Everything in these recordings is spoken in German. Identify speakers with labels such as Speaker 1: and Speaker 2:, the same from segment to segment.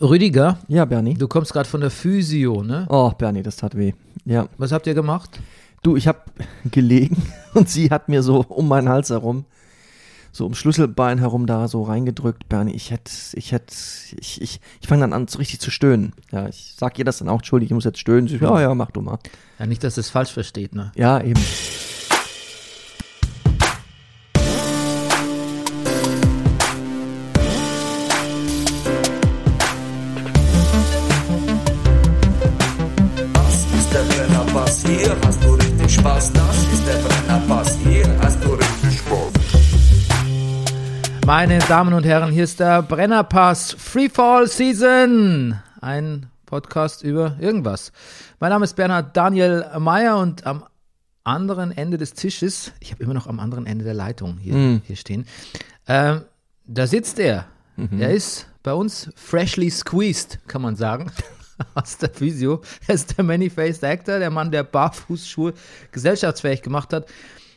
Speaker 1: Rüdiger,
Speaker 2: Ja, Bernie.
Speaker 1: du kommst gerade von der Physio, ne?
Speaker 2: Oh, Bernie, das tat weh. Ja.
Speaker 1: Was habt ihr gemacht?
Speaker 2: Du, ich habe gelegen und sie hat mir so um meinen Hals herum, so um Schlüsselbein herum da so reingedrückt. Bernie, ich hätte, ich hätte, ich, ich, ich fange dann an, so richtig zu stöhnen. Ja, ich sag ihr das dann auch, Entschuldigung, ich muss jetzt stöhnen. Sie, ja, ja, mach du mal.
Speaker 1: Ja, nicht, dass es falsch versteht, ne?
Speaker 2: Ja, eben.
Speaker 3: Das ist der Brennerpass, hier hast du richtig Spaß. Das ist der Brennerpass, hier hast du richtig Spaß.
Speaker 1: Meine Damen und Herren, hier ist der Brennerpass Freefall Season. Ein Podcast über irgendwas. Mein Name ist Bernhard Daniel Meyer und am anderen Ende des Tisches, ich habe immer noch am anderen Ende der Leitung hier, hier stehen, ähm, da sitzt er. Er ist bei uns freshly squeezed, kann man sagen. Aus der Physio. Er ist der Many-Faced Actor, der Mann, der Barfußschuhe gesellschaftsfähig gemacht hat.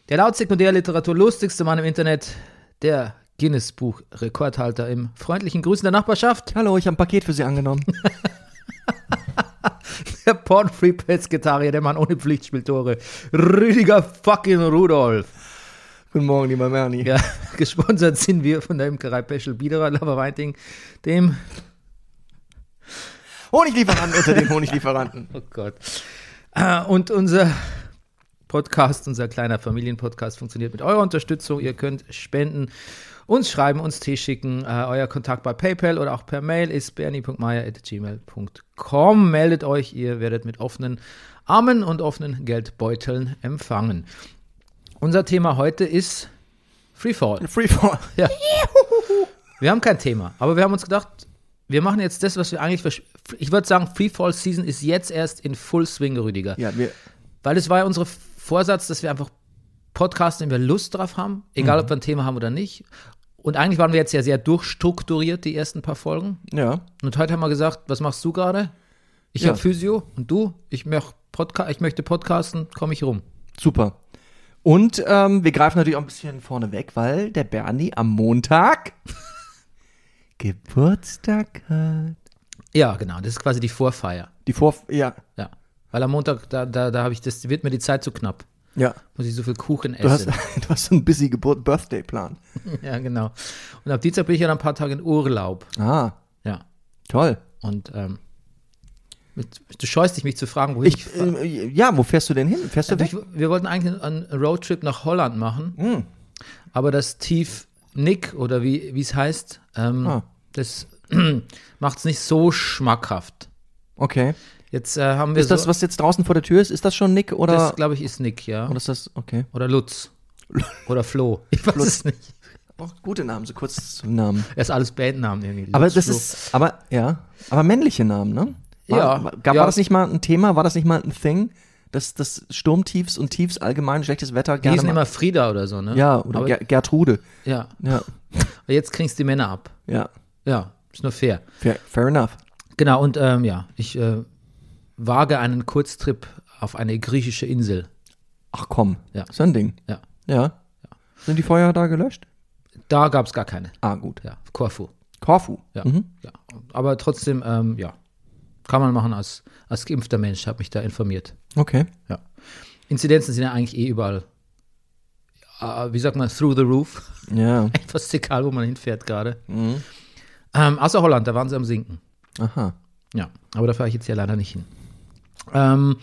Speaker 1: Der laut Sekundärliteratur lustigste Mann im Internet, der Guinness-Buch-Rekordhalter im freundlichen Grüßen der Nachbarschaft,
Speaker 2: Hallo, ich habe ein Paket für Sie angenommen.
Speaker 1: der Porn-Free-Pets-Gitarre, der Mann ohne Pflichtspieltore, Rüdiger fucking Rudolf.
Speaker 2: Guten Morgen, lieber Bernie.
Speaker 1: Ja, gesponsert sind wir von der Imkerei Peschel Biederer, Laberweinting, dem,
Speaker 2: Honiglieferanten unter den Honiglieferanten.
Speaker 1: oh Gott, Äh, und unser Podcast, unser kleiner Familienpodcast funktioniert mit eurer Unterstützung. Ihr könnt spenden, uns schreiben, uns Tee schicken. Äh, euer Kontakt bei PayPal oder auch per Mail ist bernie.meier.gmail.com. Meldet euch, ihr werdet mit offenen Armen und offenen Geldbeuteln empfangen. Unser Thema heute ist Freefall.
Speaker 2: Freefall.
Speaker 1: Ja. Wir haben kein Thema, aber wir haben uns gedacht, wir machen jetzt das, was wir eigentlich. versch- Ich würde sagen, Freefall Season ist jetzt erst in Full Swing, Rüdiger.
Speaker 2: Ja, wir,
Speaker 1: Weil es war ja unser Vorsatz, dass wir einfach podcasten, wenn wir Lust drauf haben, egal
Speaker 2: Mhm.
Speaker 1: ob wir ein Thema haben oder nicht. Und eigentlich waren wir jetzt ja sehr durchstrukturiert, die ersten paar Folgen.
Speaker 2: ja.
Speaker 1: Und heute haben wir gesagt, was machst du gerade? Ich
Speaker 2: Ja.
Speaker 1: habe Physio und du? Ich, möch Podca ich möchte podcasten, komme ich rum.
Speaker 2: Super. Und ähm, wir greifen natürlich auch ein bisschen vorne weg, weil der Bernie am Montag Geburtstag hat.
Speaker 1: Ja, genau. Das ist quasi die Vorfeier.
Speaker 2: Die Vor... Ja.
Speaker 1: Ja. Weil am Montag, da, da, da habe ich das, wird mir die Zeit zu knapp.
Speaker 2: Ja.
Speaker 1: Muss ich so viel Kuchen
Speaker 2: Du hast,
Speaker 1: essen.
Speaker 2: du hast so einen busy Geburt Birthday-Plan.
Speaker 1: Ja, genau. Und ab Dienstag bin ich ja dann ein paar Tage in Urlaub.
Speaker 2: Ah,
Speaker 1: Ja.
Speaker 2: toll.
Speaker 1: Und ähm, mit, du scheust dich, mich zu fragen, wohin ich,
Speaker 2: Ich, äh, ja, wo fährst du denn hin? Fährst du
Speaker 1: ich
Speaker 2: Äh, weg?
Speaker 1: Wir wollten eigentlich einen Roadtrip nach Holland machen,
Speaker 2: Hm.
Speaker 1: aber das Tief Nick oder wie wie es heißt, ähm,
Speaker 2: Ah.
Speaker 1: das macht es nicht so schmackhaft.
Speaker 2: Okay.
Speaker 1: Jetzt äh, haben wir
Speaker 2: Ist das,
Speaker 1: so,
Speaker 2: was jetzt draußen vor der Tür ist, ist Also das schon Nick oder,
Speaker 1: das glaube ich ist Nick, ja.
Speaker 2: oder ist das... Okay.
Speaker 1: Oder Lutz. Oder Flo. Ich weiß es nicht.
Speaker 2: Oh, gute Namen, so kurz zum Namen.
Speaker 1: Er ist alles Bandnamen irgendwie.
Speaker 2: Aber
Speaker 1: Lutz,
Speaker 2: das
Speaker 1: Flo.
Speaker 2: ist, aber ja, aber männliche Namen, ne? War,
Speaker 1: Ja,
Speaker 2: War, gab,
Speaker 1: ja.
Speaker 2: war das nicht mal ein Thema? War das nicht mal ein Thing, dass das Sturmtiefs und Tiefs allgemein schlechtes Wetter
Speaker 1: Die
Speaker 2: gerne
Speaker 1: hießen
Speaker 2: mal,
Speaker 1: immer Frieda oder so, ne?
Speaker 2: Ja, oder
Speaker 1: aber,
Speaker 2: Ger Gertrude.
Speaker 1: ja.
Speaker 2: Ja,
Speaker 1: Aber Jetzt kriegst du die Männer ab.
Speaker 2: ja,
Speaker 1: Ja, ist nur fair.
Speaker 2: fair, fair enough.
Speaker 1: Genau, und ähm, ja, ich äh, wage einen Kurztrip auf eine griechische Insel.
Speaker 2: Ach komm,
Speaker 1: Ja.
Speaker 2: so ein Ding.
Speaker 1: Ja.
Speaker 2: Ja. Sind die Feuer da gelöscht?
Speaker 1: Da gab es gar keine.
Speaker 2: Ah, gut.
Speaker 1: Ja, Korfu.
Speaker 2: Korfu.
Speaker 1: Ja.
Speaker 2: Mhm.
Speaker 1: ja. Aber trotzdem, ähm, ja, kann man machen als, als geimpfter Mensch, habe mich da informiert.
Speaker 2: Okay.
Speaker 1: Ja. Inzidenzen sind ja eigentlich eh überall, äh, wie sagt man, through the roof.
Speaker 2: Ja.
Speaker 1: Fast egal, wo man hinfährt gerade. Ähm, außer Holland, da waren sie am Sinken.
Speaker 2: Aha.
Speaker 1: Ja, aber da fahre ich jetzt ja leider nicht hin. Ähm,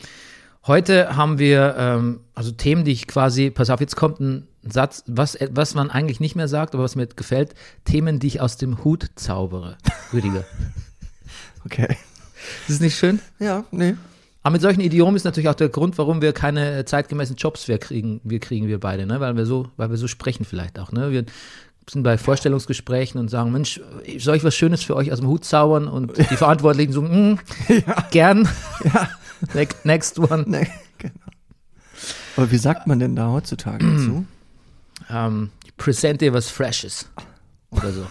Speaker 1: heute haben wir ähm, also Themen, die ich quasi, pass auf, jetzt kommt ein Satz, was, äh, was man eigentlich nicht mehr sagt, aber was mir gefällt, Themen, die ich aus dem Hut zaubere, Rüdiger.
Speaker 2: Okay.
Speaker 1: Das ist nicht schön?
Speaker 2: Ja, nee.
Speaker 1: Aber mit solchen Idiomen ist natürlich auch der Grund, warum wir keine äh, zeitgemäßen Jobs wir kriegen, wir kriegen wir beide, ne? Weil wir so, weil wir so sprechen vielleicht auch, ne? Wir sind bei Vorstellungsgesprächen und sagen, Mensch, soll ich was Schönes für euch aus dem Hut zaubern? Und die Verantwortlichen so, mm, gern. Ne- Next one.
Speaker 2: Nee, genau. Aber wie sagt man denn da heutzutage dazu?
Speaker 1: Ähm, ich present dir was Freshes. Oder so.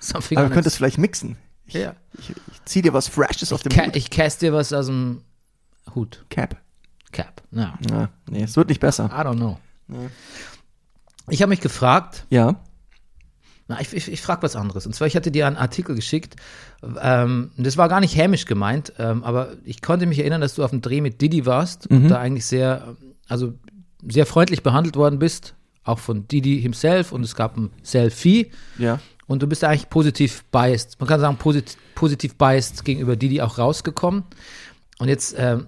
Speaker 1: Something
Speaker 2: Aber wir könnten
Speaker 1: honest.
Speaker 2: es vielleicht mixen. Ich,
Speaker 1: Ja.
Speaker 2: ich, ich zieh dir was Freshes auf dem
Speaker 1: Ca-
Speaker 2: Hut.
Speaker 1: ich cast dir was aus dem Hut.
Speaker 2: Cap.
Speaker 1: Cap. Ja.
Speaker 2: Ja, nee, es wird nicht besser.
Speaker 1: I don't know. Ich habe mich gefragt,
Speaker 2: Ja.
Speaker 1: Na, ich ich, ich frage was anderes. Und zwar, ich hatte dir einen Artikel geschickt. Ähm, das war gar nicht hämisch gemeint, ähm, aber ich konnte mich erinnern, dass du auf dem Dreh mit Didi warst und da eigentlich sehr, also sehr freundlich behandelt worden bist, auch von Didi himself. Und es gab ein Selfie.
Speaker 2: Ja.
Speaker 1: Und du bist eigentlich positiv biased. Man kann sagen, posit positiv biased gegenüber Didi auch rausgekommen. Und jetzt ähm,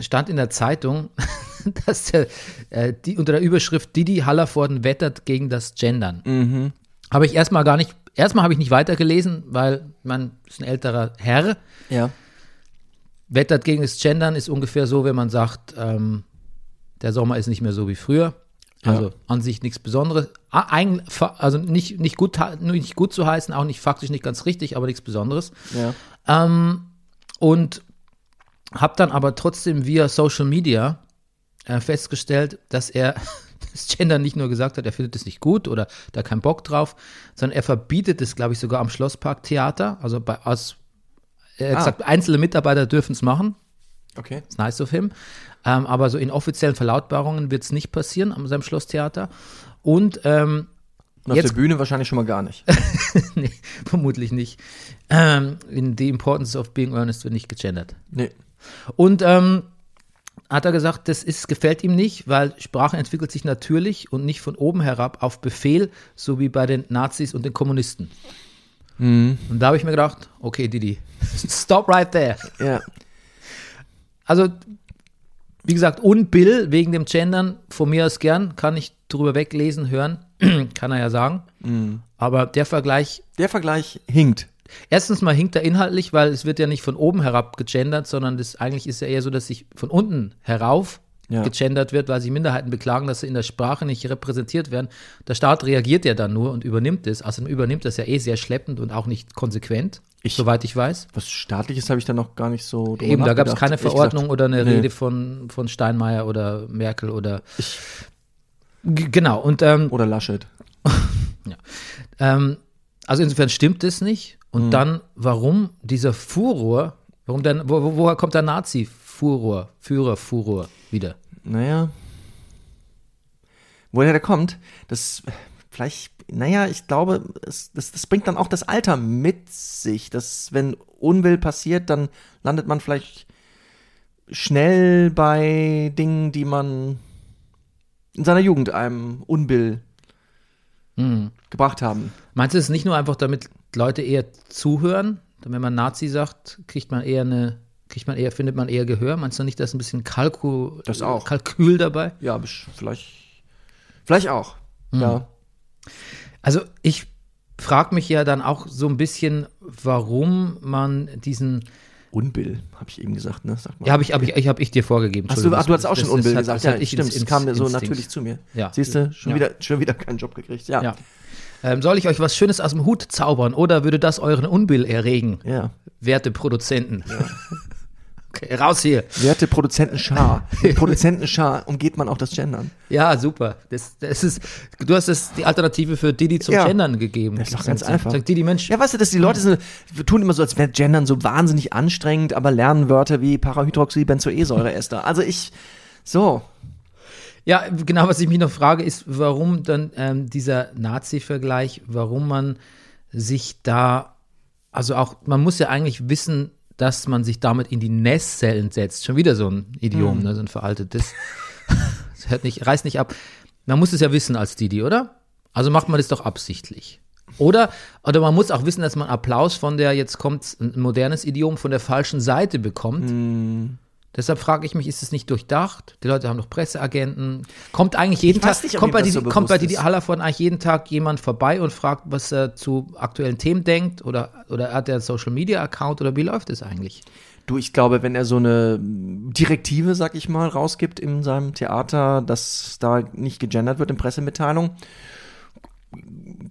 Speaker 1: stand in der Zeitung, dass der, äh, die, unter der Überschrift Didi Hallervorden wettert gegen das Gendern. Habe ich erstmal gar nicht, erstmal habe ich nicht weitergelesen, weil man ist ein älterer Herr.
Speaker 2: Ja.
Speaker 1: Wettert gegen das Gendern ist ungefähr so, wenn man sagt, ähm, der Sommer ist nicht mehr so wie früher. Also an sich nichts Besonderes. A- eig- fa- Also nicht, nicht, gut, ha- nicht gut zu heißen, auch nicht faktisch nicht ganz richtig, aber nichts Besonderes.
Speaker 2: Ja.
Speaker 1: Ähm, und habe dann aber trotzdem via Social Media äh, festgestellt, dass er das Gender nicht nur gesagt hat, er findet es nicht gut oder da keinen Bock drauf, sondern er verbietet es, glaube ich, sogar am Schlossparktheater. Also bei aus, er hat
Speaker 2: Ah.
Speaker 1: gesagt, einzelne Mitarbeiter dürfen es machen.
Speaker 2: Okay.
Speaker 1: It's nice of him. Ähm, aber so in offiziellen Verlautbarungen wird es nicht passieren am seinem Schlosstheater. Und ähm,
Speaker 2: Und auf
Speaker 1: Jetzt-
Speaker 2: der Bühne wahrscheinlich schon mal gar nicht.
Speaker 1: nee, vermutlich nicht. Ähm, in The Importance of Being Earnest wird nicht gegendert.
Speaker 2: Nee.
Speaker 1: Und ähm, hat er gesagt, das ist, gefällt ihm nicht, weil Sprache entwickelt sich natürlich und nicht von oben herab auf Befehl, so wie bei den Nazis und den Kommunisten. Und da habe ich mir gedacht, okay, Didi, stop right there.
Speaker 2: Ja.
Speaker 1: Also, wie gesagt, und Bill wegen dem Gendern, von mir aus gern, kann ich drüber weglesen, hören, kann er ja sagen.
Speaker 2: Mhm.
Speaker 1: Aber der Vergleich
Speaker 2: Der Vergleich hinkt.
Speaker 1: Erstens mal hinkt er inhaltlich, weil es wird ja nicht von oben herab gegendert, sondern das eigentlich ist ja eher so, dass sich von unten herauf
Speaker 2: Ja.
Speaker 1: gegendert wird, weil sich Minderheiten beklagen, dass sie in der Sprache nicht repräsentiert werden. Der Staat reagiert ja dann nur und übernimmt es. Außerdem übernimmt das ja eh sehr schleppend und auch nicht konsequent,
Speaker 2: Ich-
Speaker 1: soweit ich weiß.
Speaker 2: Was staatliches habe ich da noch gar nicht so drüber
Speaker 1: Eben, da gab es
Speaker 2: nachgedacht,
Speaker 1: keine
Speaker 2: ehrlich
Speaker 1: Verordnung
Speaker 2: gesagt.
Speaker 1: oder eine
Speaker 2: Nee.
Speaker 1: Rede von, von Steinmeier oder Merkel oder.
Speaker 2: Ich-
Speaker 1: G- genau, und ähm,
Speaker 2: Oder Laschet.
Speaker 1: Ähm, also insofern stimmt es nicht.
Speaker 2: Hm.
Speaker 1: Und dann, warum dieser Furor, warum denn, wo, wo, woher kommt der Nazi-Furor, Führer, Furor wieder?
Speaker 2: Naja. Woher der kommt, das vielleicht, naja, ich glaube, es, das, das bringt dann auch das Alter mit sich, dass wenn Unwill passiert, dann landet man vielleicht schnell bei Dingen, die man in seiner Jugend einem Unwill gebracht haben.
Speaker 1: Meinst du, es ist nicht nur einfach, damit Leute eher zuhören? Denn Wenn man Nazi sagt, kriegt man eher eine, kriegt man eher, findet man eher Gehör? Meinst du nicht, da ist ein bisschen Kalku,
Speaker 2: Das auch.
Speaker 1: Kalkül dabei?
Speaker 2: Ja, besch- vielleicht, vielleicht auch. Ja.
Speaker 1: Also ich frage mich ja dann auch so ein bisschen, warum man diesen
Speaker 2: Unbill, habe ich eben gesagt, ne? Sag mal.
Speaker 1: Ja, habe ich, hab ich, ich, hab ich dir vorgegeben.
Speaker 2: Ach, du, ach, du hast
Speaker 1: Entschuldigung,
Speaker 2: auch
Speaker 1: das-
Speaker 2: schon
Speaker 1: das-
Speaker 2: Unbill
Speaker 1: das hat-
Speaker 2: gesagt.
Speaker 1: das
Speaker 2: ja,
Speaker 1: hat ich
Speaker 2: stimmt.
Speaker 1: ins-
Speaker 2: Es kam mir so
Speaker 1: Instinkt.
Speaker 2: natürlich zu mir.
Speaker 1: Ja.
Speaker 2: Siehst du, schon,
Speaker 1: Ja.
Speaker 2: wieder, schon wieder keinen Job gekriegt. Ja.
Speaker 1: Ja.
Speaker 2: ja.
Speaker 1: Ähm, soll ich euch was Schönes aus dem Hut zaubern oder würde das euren Unbill erregen, werte Produzenten? Okay, raus hier.
Speaker 2: Werte Produzenten Schar. Mit Produzenten Schar umgeht man auch das Gendern.
Speaker 1: Ja, super. Das, das ist, du hast es die Alternative für Didi zum
Speaker 2: Ja.
Speaker 1: Gendern gegeben.
Speaker 2: Das ist doch ganz
Speaker 1: Sag-
Speaker 2: einfach.
Speaker 1: Sag Didi, Mensch,
Speaker 2: Ja, weißt du, dass die Leute so, wir tun immer so, als wäre Gendern so wahnsinnig anstrengend, aber lernen Wörter wie Parahydroxybenzoesäureester. Also ich, so.
Speaker 1: Ja, genau, was ich mich noch frage, ist, warum dann ähm, dieser Nazi-Vergleich, warum man sich da, also auch, man muss ja eigentlich wissen, dass man sich damit in die Nesseln setzt. Schon wieder so ein Idiom, ne, so ein veraltetes. das hört nicht, reißt nicht ab. Man muss es ja wissen als Didi, oder? Also macht man das doch absichtlich. Oder, oder man muss auch wissen, dass man Applaus von der, jetzt kommt ein modernes Idiom, von der falschen Seite bekommt.
Speaker 2: Hm.
Speaker 1: Deshalb frage ich mich, ist es nicht durchdacht? Die Leute haben doch Presseagenten. Kommt eigentlich jeden
Speaker 2: Ich weiß
Speaker 1: Tag,
Speaker 2: nicht, ob
Speaker 1: kommt,
Speaker 2: ihm
Speaker 1: bei
Speaker 2: das
Speaker 1: die,
Speaker 2: so
Speaker 1: kommt bei
Speaker 2: bewusst
Speaker 1: Didi
Speaker 2: ist.
Speaker 1: Hallervorden eigentlich jeden Tag jemand vorbei und fragt, was er zu aktuellen Themen denkt? Oder, oder hat er einen Social Media Account oder wie läuft es eigentlich?
Speaker 2: Du, ich glaube, wenn er so eine Direktive, sag ich mal, rausgibt in seinem Theater, dass da nicht gegendert wird in Pressemitteilung,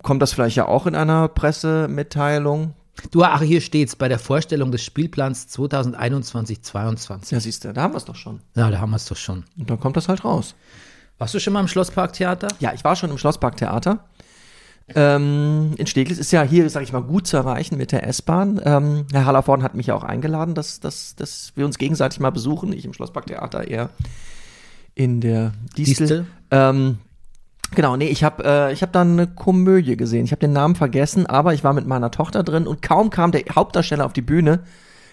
Speaker 2: kommt das vielleicht ja auch in einer Pressemitteilung.
Speaker 1: Du, ach, hier steht's bei der Vorstellung des Spielplans 2021-22.
Speaker 2: Ja, siehst du, da haben wir es doch schon.
Speaker 1: Na, da haben wir es doch schon.
Speaker 2: Und dann kommt das halt raus.
Speaker 1: Warst du schon mal im Schlossparktheater?
Speaker 2: Ja, ich war schon im Schlossparktheater. Ähm, in Steglitz ist ja hier, sag ich mal, gut zu erreichen mit der S-Bahn. Ähm, Herr Hallervorden hat mich ja auch eingeladen, dass, dass, dass wir uns gegenseitig mal besuchen. Ich im Schlossparktheater, er in der Distel.
Speaker 1: Distel.
Speaker 2: Ähm, Genau, nee, ich habe äh, ich hab dann eine Komödie gesehen. Ich habe den Namen vergessen, aber ich war mit meiner Tochter drin und kaum kam der Hauptdarsteller auf die Bühne,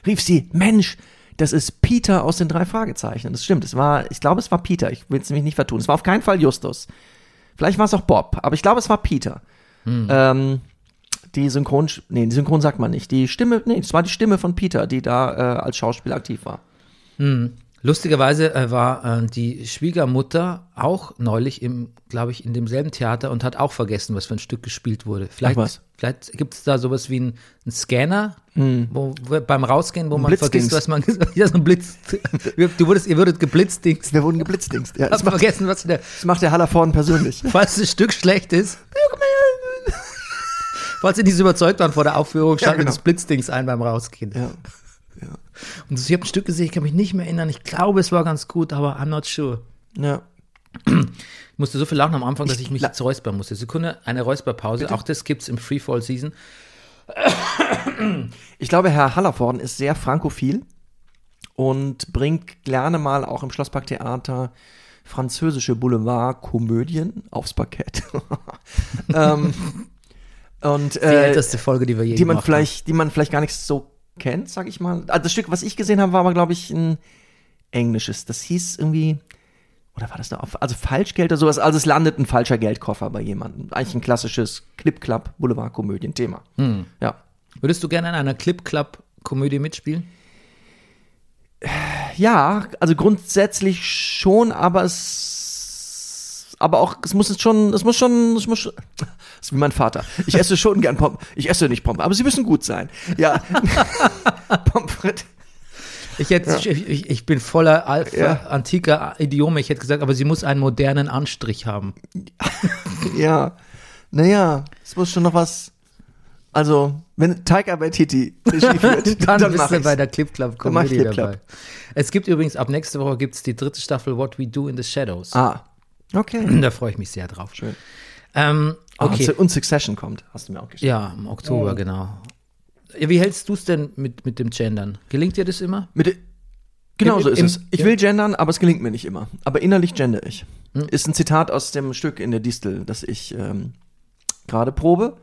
Speaker 2: rief sie, Mensch, das ist Peter aus den drei Fragezeichen. Und das stimmt, es war, ich glaube, es war Peter. Ich will es mich nicht vertun. Es war auf keinen Fall Justus. Vielleicht war es auch Bob, aber ich glaube, es war Peter. Ähm, die Synchron, nee, die Synchron sagt man nicht. Die Stimme, nee, es war die Stimme von Peter, die da äh, als Schauspieler aktiv war.
Speaker 1: Lustigerweise äh, war äh, die Schwiegermutter auch neulich im, glaube ich, in demselben Theater und hat auch vergessen, was für ein Stück gespielt wurde. Vielleicht,
Speaker 2: Ach was.
Speaker 1: vielleicht gibt es da sowas wie einen einen Scanner,
Speaker 2: Hm.
Speaker 1: wo, wo beim Rausgehen, wo man
Speaker 2: Blitzdings.
Speaker 1: vergisst, was man gesagt hat. Ja, so ein Blitz. Du wurdest, ihr würdet geblitzt, Dings.
Speaker 2: Wir wurden geblitzdingst. Ja, das,
Speaker 1: Hast
Speaker 2: macht,
Speaker 1: vergessen, was der,
Speaker 2: das macht der Hallervorden persönlich.
Speaker 1: falls das Stück schlecht ist. Falls ihr nicht so überzeugt waren vor der Aufführung, schaltet
Speaker 2: genau.
Speaker 1: das Blitzdings ein beim Rausgehen.
Speaker 2: ja.
Speaker 1: Und ich habe ein Stück gesehen, ich kann mich nicht mehr erinnern. Ich glaube, es war ganz gut, aber I'm not sure.
Speaker 2: ja.
Speaker 1: Ich musste so viel lachen am Anfang, dass ich mich
Speaker 2: la-
Speaker 1: jetzt räuspern musste. Sekunde, eine Räusperpause. Auch das gibt's im Freefall Season.
Speaker 2: Ich glaube, Herr Hallervorden ist sehr frankophil und bringt gerne mal auch im Schlossparktheater französische Boulevardkomödien aufs Parkett. ähm, und
Speaker 1: Die
Speaker 2: äh,
Speaker 1: älteste Folge, die wir je
Speaker 2: die man
Speaker 1: gemacht
Speaker 2: vielleicht, die man vielleicht gar nicht so kennt, sag ich mal. Also das Stück, was ich gesehen habe, war aber glaube ich ein englisches. Das hieß irgendwie oder war das da auf, also Falschgeld oder sowas? Also es landet ein falscher Geldkoffer bei jemandem. Eigentlich ein klassisches Clip-Clap Boulevardkomödien-Thema. Ja.
Speaker 1: haben. Würdest du gerne an einer Clip-Club-Komödie mitspielen?
Speaker 2: Ja, also grundsätzlich schon, aber es aber auch es muss jetzt schon es muss schon es muss schon, das ist wie mein Vater. Ich esse schon gern Pommes. Ich esse nicht Pommes, aber sie müssen gut sein. Ja. Pommes frites.
Speaker 1: Ich, hätte, ich, ich- ich bin voller Alpha,
Speaker 2: Ja.
Speaker 1: antiker Idiome. Ich hätte gesagt, aber sie muss einen modernen Anstrich haben.
Speaker 2: Ja. Naja, es muss schon noch was also, wenn Tiger bei Titi Regie führt,
Speaker 1: dann, bist
Speaker 2: mach
Speaker 1: du
Speaker 2: ich's.
Speaker 1: bei der Clip Club
Speaker 2: Dann mach ich
Speaker 1: Comedy
Speaker 2: Clip Club.
Speaker 1: dabei. Es gibt übrigens ab nächste Woche gibt's die dritte Staffel What We Do in the Shadows.
Speaker 2: Ah. Okay.
Speaker 1: Da freue ich mich sehr drauf.
Speaker 2: Schön.
Speaker 1: Ähm, okay.
Speaker 2: Ah, und Succession kommt, hast du mir auch geschrieben.
Speaker 1: ja, im
Speaker 2: Oh.
Speaker 1: Oktober, genau. Ja, wie hältst du es denn mit, mit dem Gendern? Gelingt dir das immer?
Speaker 2: Mit, genau
Speaker 1: Im-
Speaker 2: so ist
Speaker 1: im-
Speaker 2: es. Ich
Speaker 1: ja.
Speaker 2: will gendern, aber es gelingt mir nicht immer. Aber innerlich gender ich.
Speaker 1: Hm.
Speaker 2: Ist ein Zitat aus dem Stück in der Distel, das ich ähm, gerade probe.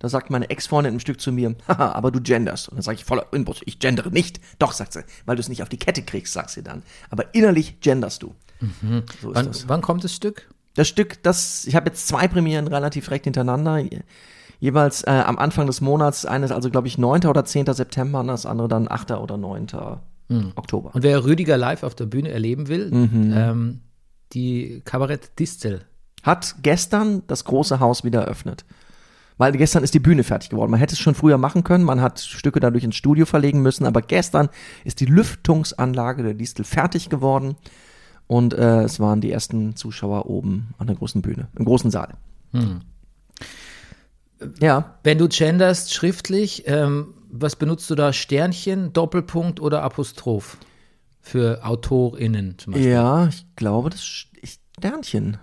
Speaker 2: Da sagt meine Ex-Freundin im Stück zu mir, haha, aber du genderst. Und dann sage ich voller Inbrust, ich gendere nicht. Doch, sagt sie, weil du es nicht auf die Kette kriegst, sagt sie dann. Aber innerlich genderst du. So ist
Speaker 1: Mhm. Wann,
Speaker 2: das.
Speaker 1: wann kommt das Stück?
Speaker 2: Das Stück, das, ich habe jetzt zwei Premieren relativ direkt hintereinander. Je- Jeweils äh, am Anfang des Monats, eines also, glaube ich, 9. oder 10. September, und das andere dann 8. oder 9. Oktober.
Speaker 1: Hm. Und wer Rüdiger live auf der Bühne erleben will,
Speaker 2: Mhm.
Speaker 1: ähm, die Kabarett Distel.
Speaker 2: hat gestern das große Haus wieder eröffnet. Weil gestern ist die Bühne fertig geworden. Man hätte es schon früher machen können, man hat Stücke dadurch ins Studio verlegen müssen, aber gestern ist die Lüftungsanlage der Distel fertig geworden und äh, es waren die ersten Zuschauer oben an der großen Bühne, im großen Saal.
Speaker 1: Hm.
Speaker 2: Äh, Ja,
Speaker 1: Wenn du genderst schriftlich, ähm, was benutzt du da? Sternchen, Doppelpunkt oder Apostroph? Für AutorInnen zum Beispiel.
Speaker 2: ja, ich glaube, das Sch- ich- Sternchen.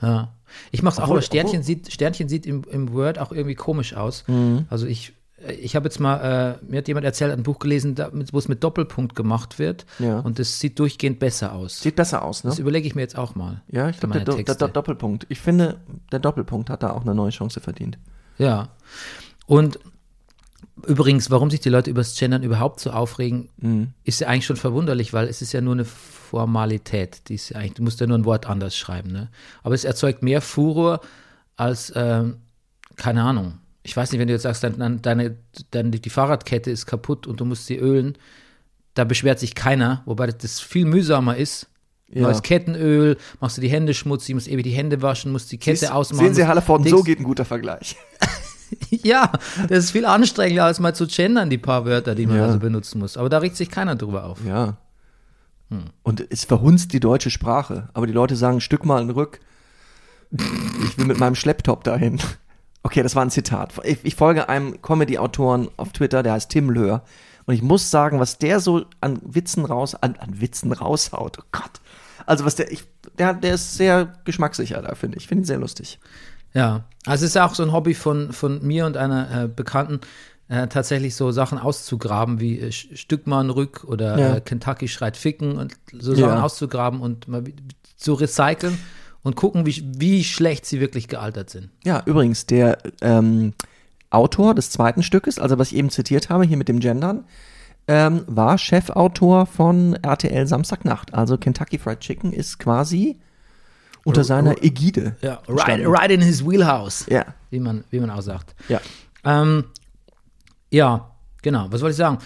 Speaker 1: Ja. Ich mach's auch,
Speaker 2: Obwohl- Mhm.
Speaker 1: aber Sternchen sieht, Sternchen sieht im, im Word auch irgendwie komisch aus. Also ich, ich habe jetzt mal, äh, mir hat jemand erzählt, ein Buch gelesen, da- mit- wo es mit Doppelpunkt gemacht wird.
Speaker 2: Ja.
Speaker 1: Und das sieht durchgehend besser aus.
Speaker 2: Sieht besser aus, ne?
Speaker 1: das überlege ich mir jetzt auch mal.
Speaker 2: Ja, ich
Speaker 1: für
Speaker 2: glaube,
Speaker 1: meine
Speaker 2: der, Do- der,
Speaker 1: Texte.
Speaker 2: der Doppelpunkt. Ich finde, der Doppelpunkt hat da auch eine neue Chance verdient.
Speaker 1: Ja. Und übrigens, warum sich die Leute über das Gendern überhaupt so aufregen,
Speaker 2: Mhm.
Speaker 1: ist ja eigentlich schon verwunderlich, weil es ist ja nur eine Formalität. Die ist ja eigentlich, du musst ja nur ein Wort anders schreiben. Ne? Aber es erzeugt mehr Furor als, ähm, keine Ahnung. Ich weiß nicht, wenn du jetzt sagst, dein- dein- deine, deine, die Fahrradkette ist kaputt und du musst sie ölen, da beschwert sich keiner, wobei das viel mühsamer ist.
Speaker 2: Ja.
Speaker 1: Neues Kettenöl, machst du die Hände schmutzig, musst ewig die Hände waschen, musst die Kette
Speaker 2: Siehst-
Speaker 1: ausmachen.
Speaker 2: Sehen Sie,
Speaker 1: musst-
Speaker 2: Hallervorden,
Speaker 1: Dings-
Speaker 2: so geht ein guter Vergleich.
Speaker 1: ja, das ist viel anstrengender, als mal zu gendern, die paar Wörter, die man
Speaker 2: Ja.
Speaker 1: also benutzen muss. Aber da regt sich keiner drüber auf.
Speaker 2: Ja. Und es verhunzt die deutsche Sprache. Aber die Leute sagen, Stück mal einen Rück. Ich will mit meinem Schlepptop dahin. Okay, das war ein Zitat. Ich, ich folge einem Comedy-Autoren auf Twitter, der heißt Tim Löhr. Und ich muss sagen, was der so an Witzen raus, an, an Witzen raushaut. Oh Gott. Also was der, ich, der, der ist sehr geschmackssicher da, finde ich. Ich finde ihn sehr lustig.
Speaker 1: Ja, also es ist ja auch so ein Hobby von, von mir und einer äh, Bekannten, äh, tatsächlich so Sachen auszugraben wie äh, Sch- Stückmann Rück oder
Speaker 2: Ja.
Speaker 1: äh, Kentucky schreit Ficken und so
Speaker 2: Ja.
Speaker 1: Sachen auszugraben und mal wie- zu recyceln. und gucken, wie, wie schlecht sie wirklich gealtert sind.
Speaker 2: Ja, übrigens, der ähm, Autor des zweiten Stückes, also was ich eben zitiert habe, hier mit dem Gendern, ähm, war Chefautor von RTL Samstagnacht. Also Kentucky Fried Chicken ist quasi unter seiner Ägide.
Speaker 1: Ja, right,
Speaker 2: entstanden.
Speaker 1: right in his wheelhouse,
Speaker 2: Ja,
Speaker 1: wie, man, wie man auch sagt.
Speaker 2: ja.
Speaker 1: Ähm, ja, genau. Was wollte ich sagen?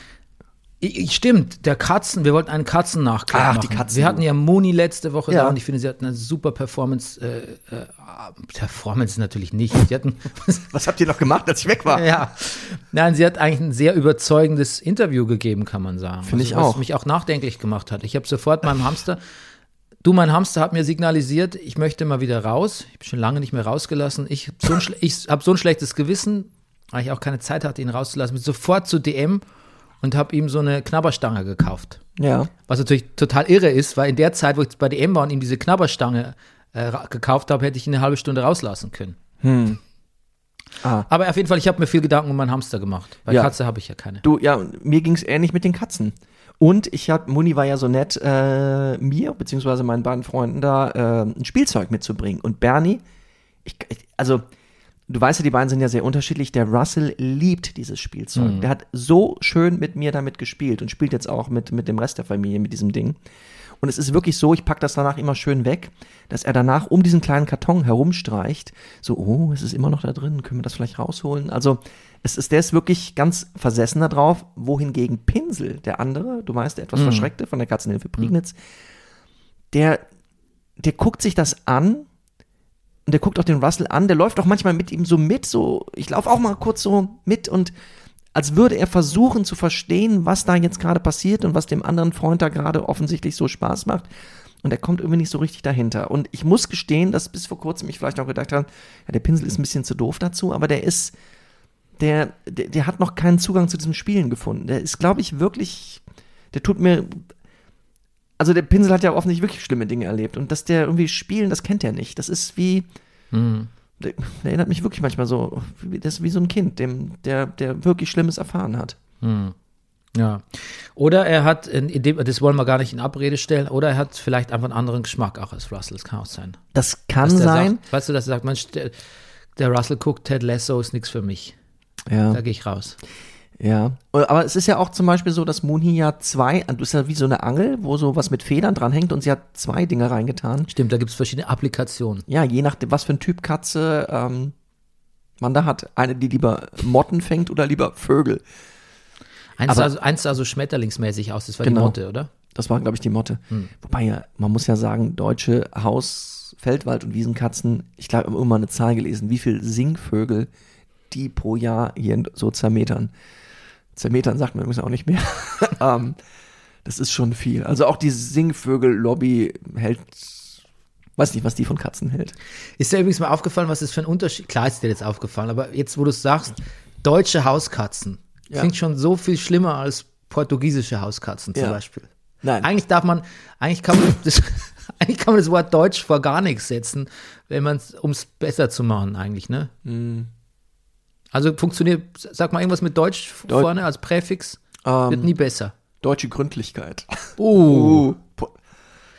Speaker 1: Ich, ich, stimmt, der Katzen, wir wollten einen Katzen nachklären.
Speaker 2: Ach, die
Speaker 1: machen.
Speaker 2: Katzen.
Speaker 1: Wir hatten ja Moni letzte Woche
Speaker 2: Ja.
Speaker 1: da und ich finde, sie hatten eine super Performance. Äh, äh, Performance natürlich nicht. Sie hatten,
Speaker 2: Was habt ihr noch gemacht, als ich weg war?
Speaker 1: ja. Nein, sie hat eigentlich ein sehr überzeugendes Interview gegeben, kann man sagen. Also
Speaker 2: Finde ich
Speaker 1: was
Speaker 2: auch.
Speaker 1: mich auch nachdenklich gemacht hat. Ich habe sofort meinem Hamster, du, mein Hamster hat mir signalisiert, ich möchte mal wieder raus. Ich habe schon lange nicht mehr rausgelassen. Ich habe so, ein schle- ich hab so ein schlechtes Gewissen, weil ich auch keine Zeit hatte, ihn rauszulassen. Bin sofort zu DM und habe ihm so eine Knabberstange gekauft.
Speaker 2: Ja.
Speaker 1: Was natürlich total irre ist, weil in der Zeit, wo ich bei DM war und ihm diese Knabberstange äh, ra- gekauft habe, hätte ich ihn eine halbe Stunde rauslassen können.
Speaker 2: Hm. Ah.
Speaker 1: Aber auf jeden Fall, ich habe mir viel Gedanken um meinen Hamster gemacht. Bei
Speaker 2: Ja.
Speaker 1: Katze habe ich ja keine.
Speaker 2: Du, ja, mir ging's ähnlich mit den Katzen. Und ich hab, Muni war ja so nett, äh, mir beziehungsweise meinen beiden Freunden da äh, ein Spielzeug mitzubringen. Und Bernie, ich, ich- also du weißt ja, die beiden sind ja sehr unterschiedlich. Der Russell liebt dieses Spielzeug. Der hat so schön mit mir damit gespielt und spielt jetzt auch mit, mit dem Rest der Familie mit diesem Ding. Und es ist wirklich so, ich pack das danach immer schön weg, dass er danach um diesen kleinen Karton herumstreicht. So, oh, es ist immer noch da drin, können wir das vielleicht rausholen? Also, es ist, der ist wirklich ganz versessen da drauf, wohingegen Pinsel, der andere, du weißt, der etwas verschreckte von der Katzenhilfe Prignitz, der, der guckt sich das an und der guckt auch den Russell an, der läuft auch manchmal mit ihm so mit, so, ich laufe auch mal kurz so mit und als würde er versuchen zu verstehen, was da jetzt gerade passiert und was dem anderen Freund da gerade offensichtlich so Spaß macht. Und er kommt irgendwie nicht so richtig dahinter. Und ich muss gestehen, dass bis vor kurzem ich vielleicht auch gedacht habe, ja, der Pinsel ist ein bisschen zu doof dazu, aber der ist, der, der, der hat noch keinen Zugang zu diesem Spielen gefunden. Der ist, glaube ich, wirklich, der tut mir, also der Pinsel hat ja offensichtlich wirklich schlimme Dinge erlebt. Und dass der irgendwie spielen, das kennt er nicht. Das ist wie, der, der erinnert mich wirklich manchmal so, wie- das ist wie so ein Kind, dem, der, der wirklich Schlimmes erfahren hat.
Speaker 1: Ja. Oder er hat, in, in dem, das wollen wir gar nicht in Abrede stellen, oder er hat vielleicht einfach einen anderen Geschmack auch als Russell. Das kann auch sein.
Speaker 2: Das kann
Speaker 1: Dass der
Speaker 2: sein.
Speaker 1: Sagt, weißt du, dass er sagt, Mensch, der, der Russell guckt, Ted Lasso ist nichts für mich.
Speaker 2: Ja.
Speaker 1: Da gehe ich raus.
Speaker 2: Ja, aber es ist ja auch zum Beispiel so, dass Moonhi ja zwei, du ist ja wie so eine Angel, wo so was mit Federn dranhängt und sie hat zwei Dinge reingetan.
Speaker 1: Stimmt, da gibt es verschiedene Applikationen.
Speaker 2: Ja, je nachdem, was für ein Typ Katze ähm, man da hat. Eine, die lieber Motten fängt oder lieber Vögel.
Speaker 1: Eins, sah,
Speaker 2: Aber-
Speaker 1: so- eins sah so schmetterlingsmäßig aus, das war
Speaker 2: Genau.
Speaker 1: die Motte, oder?
Speaker 2: Das war, glaube ich, die Motte. Wobei ja, man muss ja sagen, deutsche Haus-, Feldwald- und Wiesenkatzen, ich glaube, ich habe immer eine Zahl gelesen, wie viel Singvögel die pro Jahr hier so zermetern. Zermetern sagt man übrigens auch nicht mehr. ähm, das ist schon viel. Also auch die Singvögel-Lobby hält, weiß nicht, was die von Katzen hält.
Speaker 1: Ist dir übrigens mal aufgefallen, was ist für ein Unterschied? Klar ist dir jetzt aufgefallen, aber jetzt, wo du es sagst, deutsche Hauskatzen
Speaker 2: Ja.
Speaker 1: klingt schon so viel schlimmer als portugiesische Hauskatzen zum
Speaker 2: Ja.
Speaker 1: Beispiel.
Speaker 2: Nein.
Speaker 1: Eigentlich darf man, eigentlich kann man das, eigentlich kann man das Wort Deutsch vor gar nichts setzen, wenn man es, um es besser zu machen, eigentlich, ne?
Speaker 2: Mhm.
Speaker 1: Also funktioniert, sag mal irgendwas mit Deutsch
Speaker 2: Deu-
Speaker 1: vorne als Präfix,
Speaker 2: Ähm.
Speaker 1: wird nie besser.
Speaker 2: Deutsche Gründlichkeit.
Speaker 1: Oh,
Speaker 2: Uh. Po-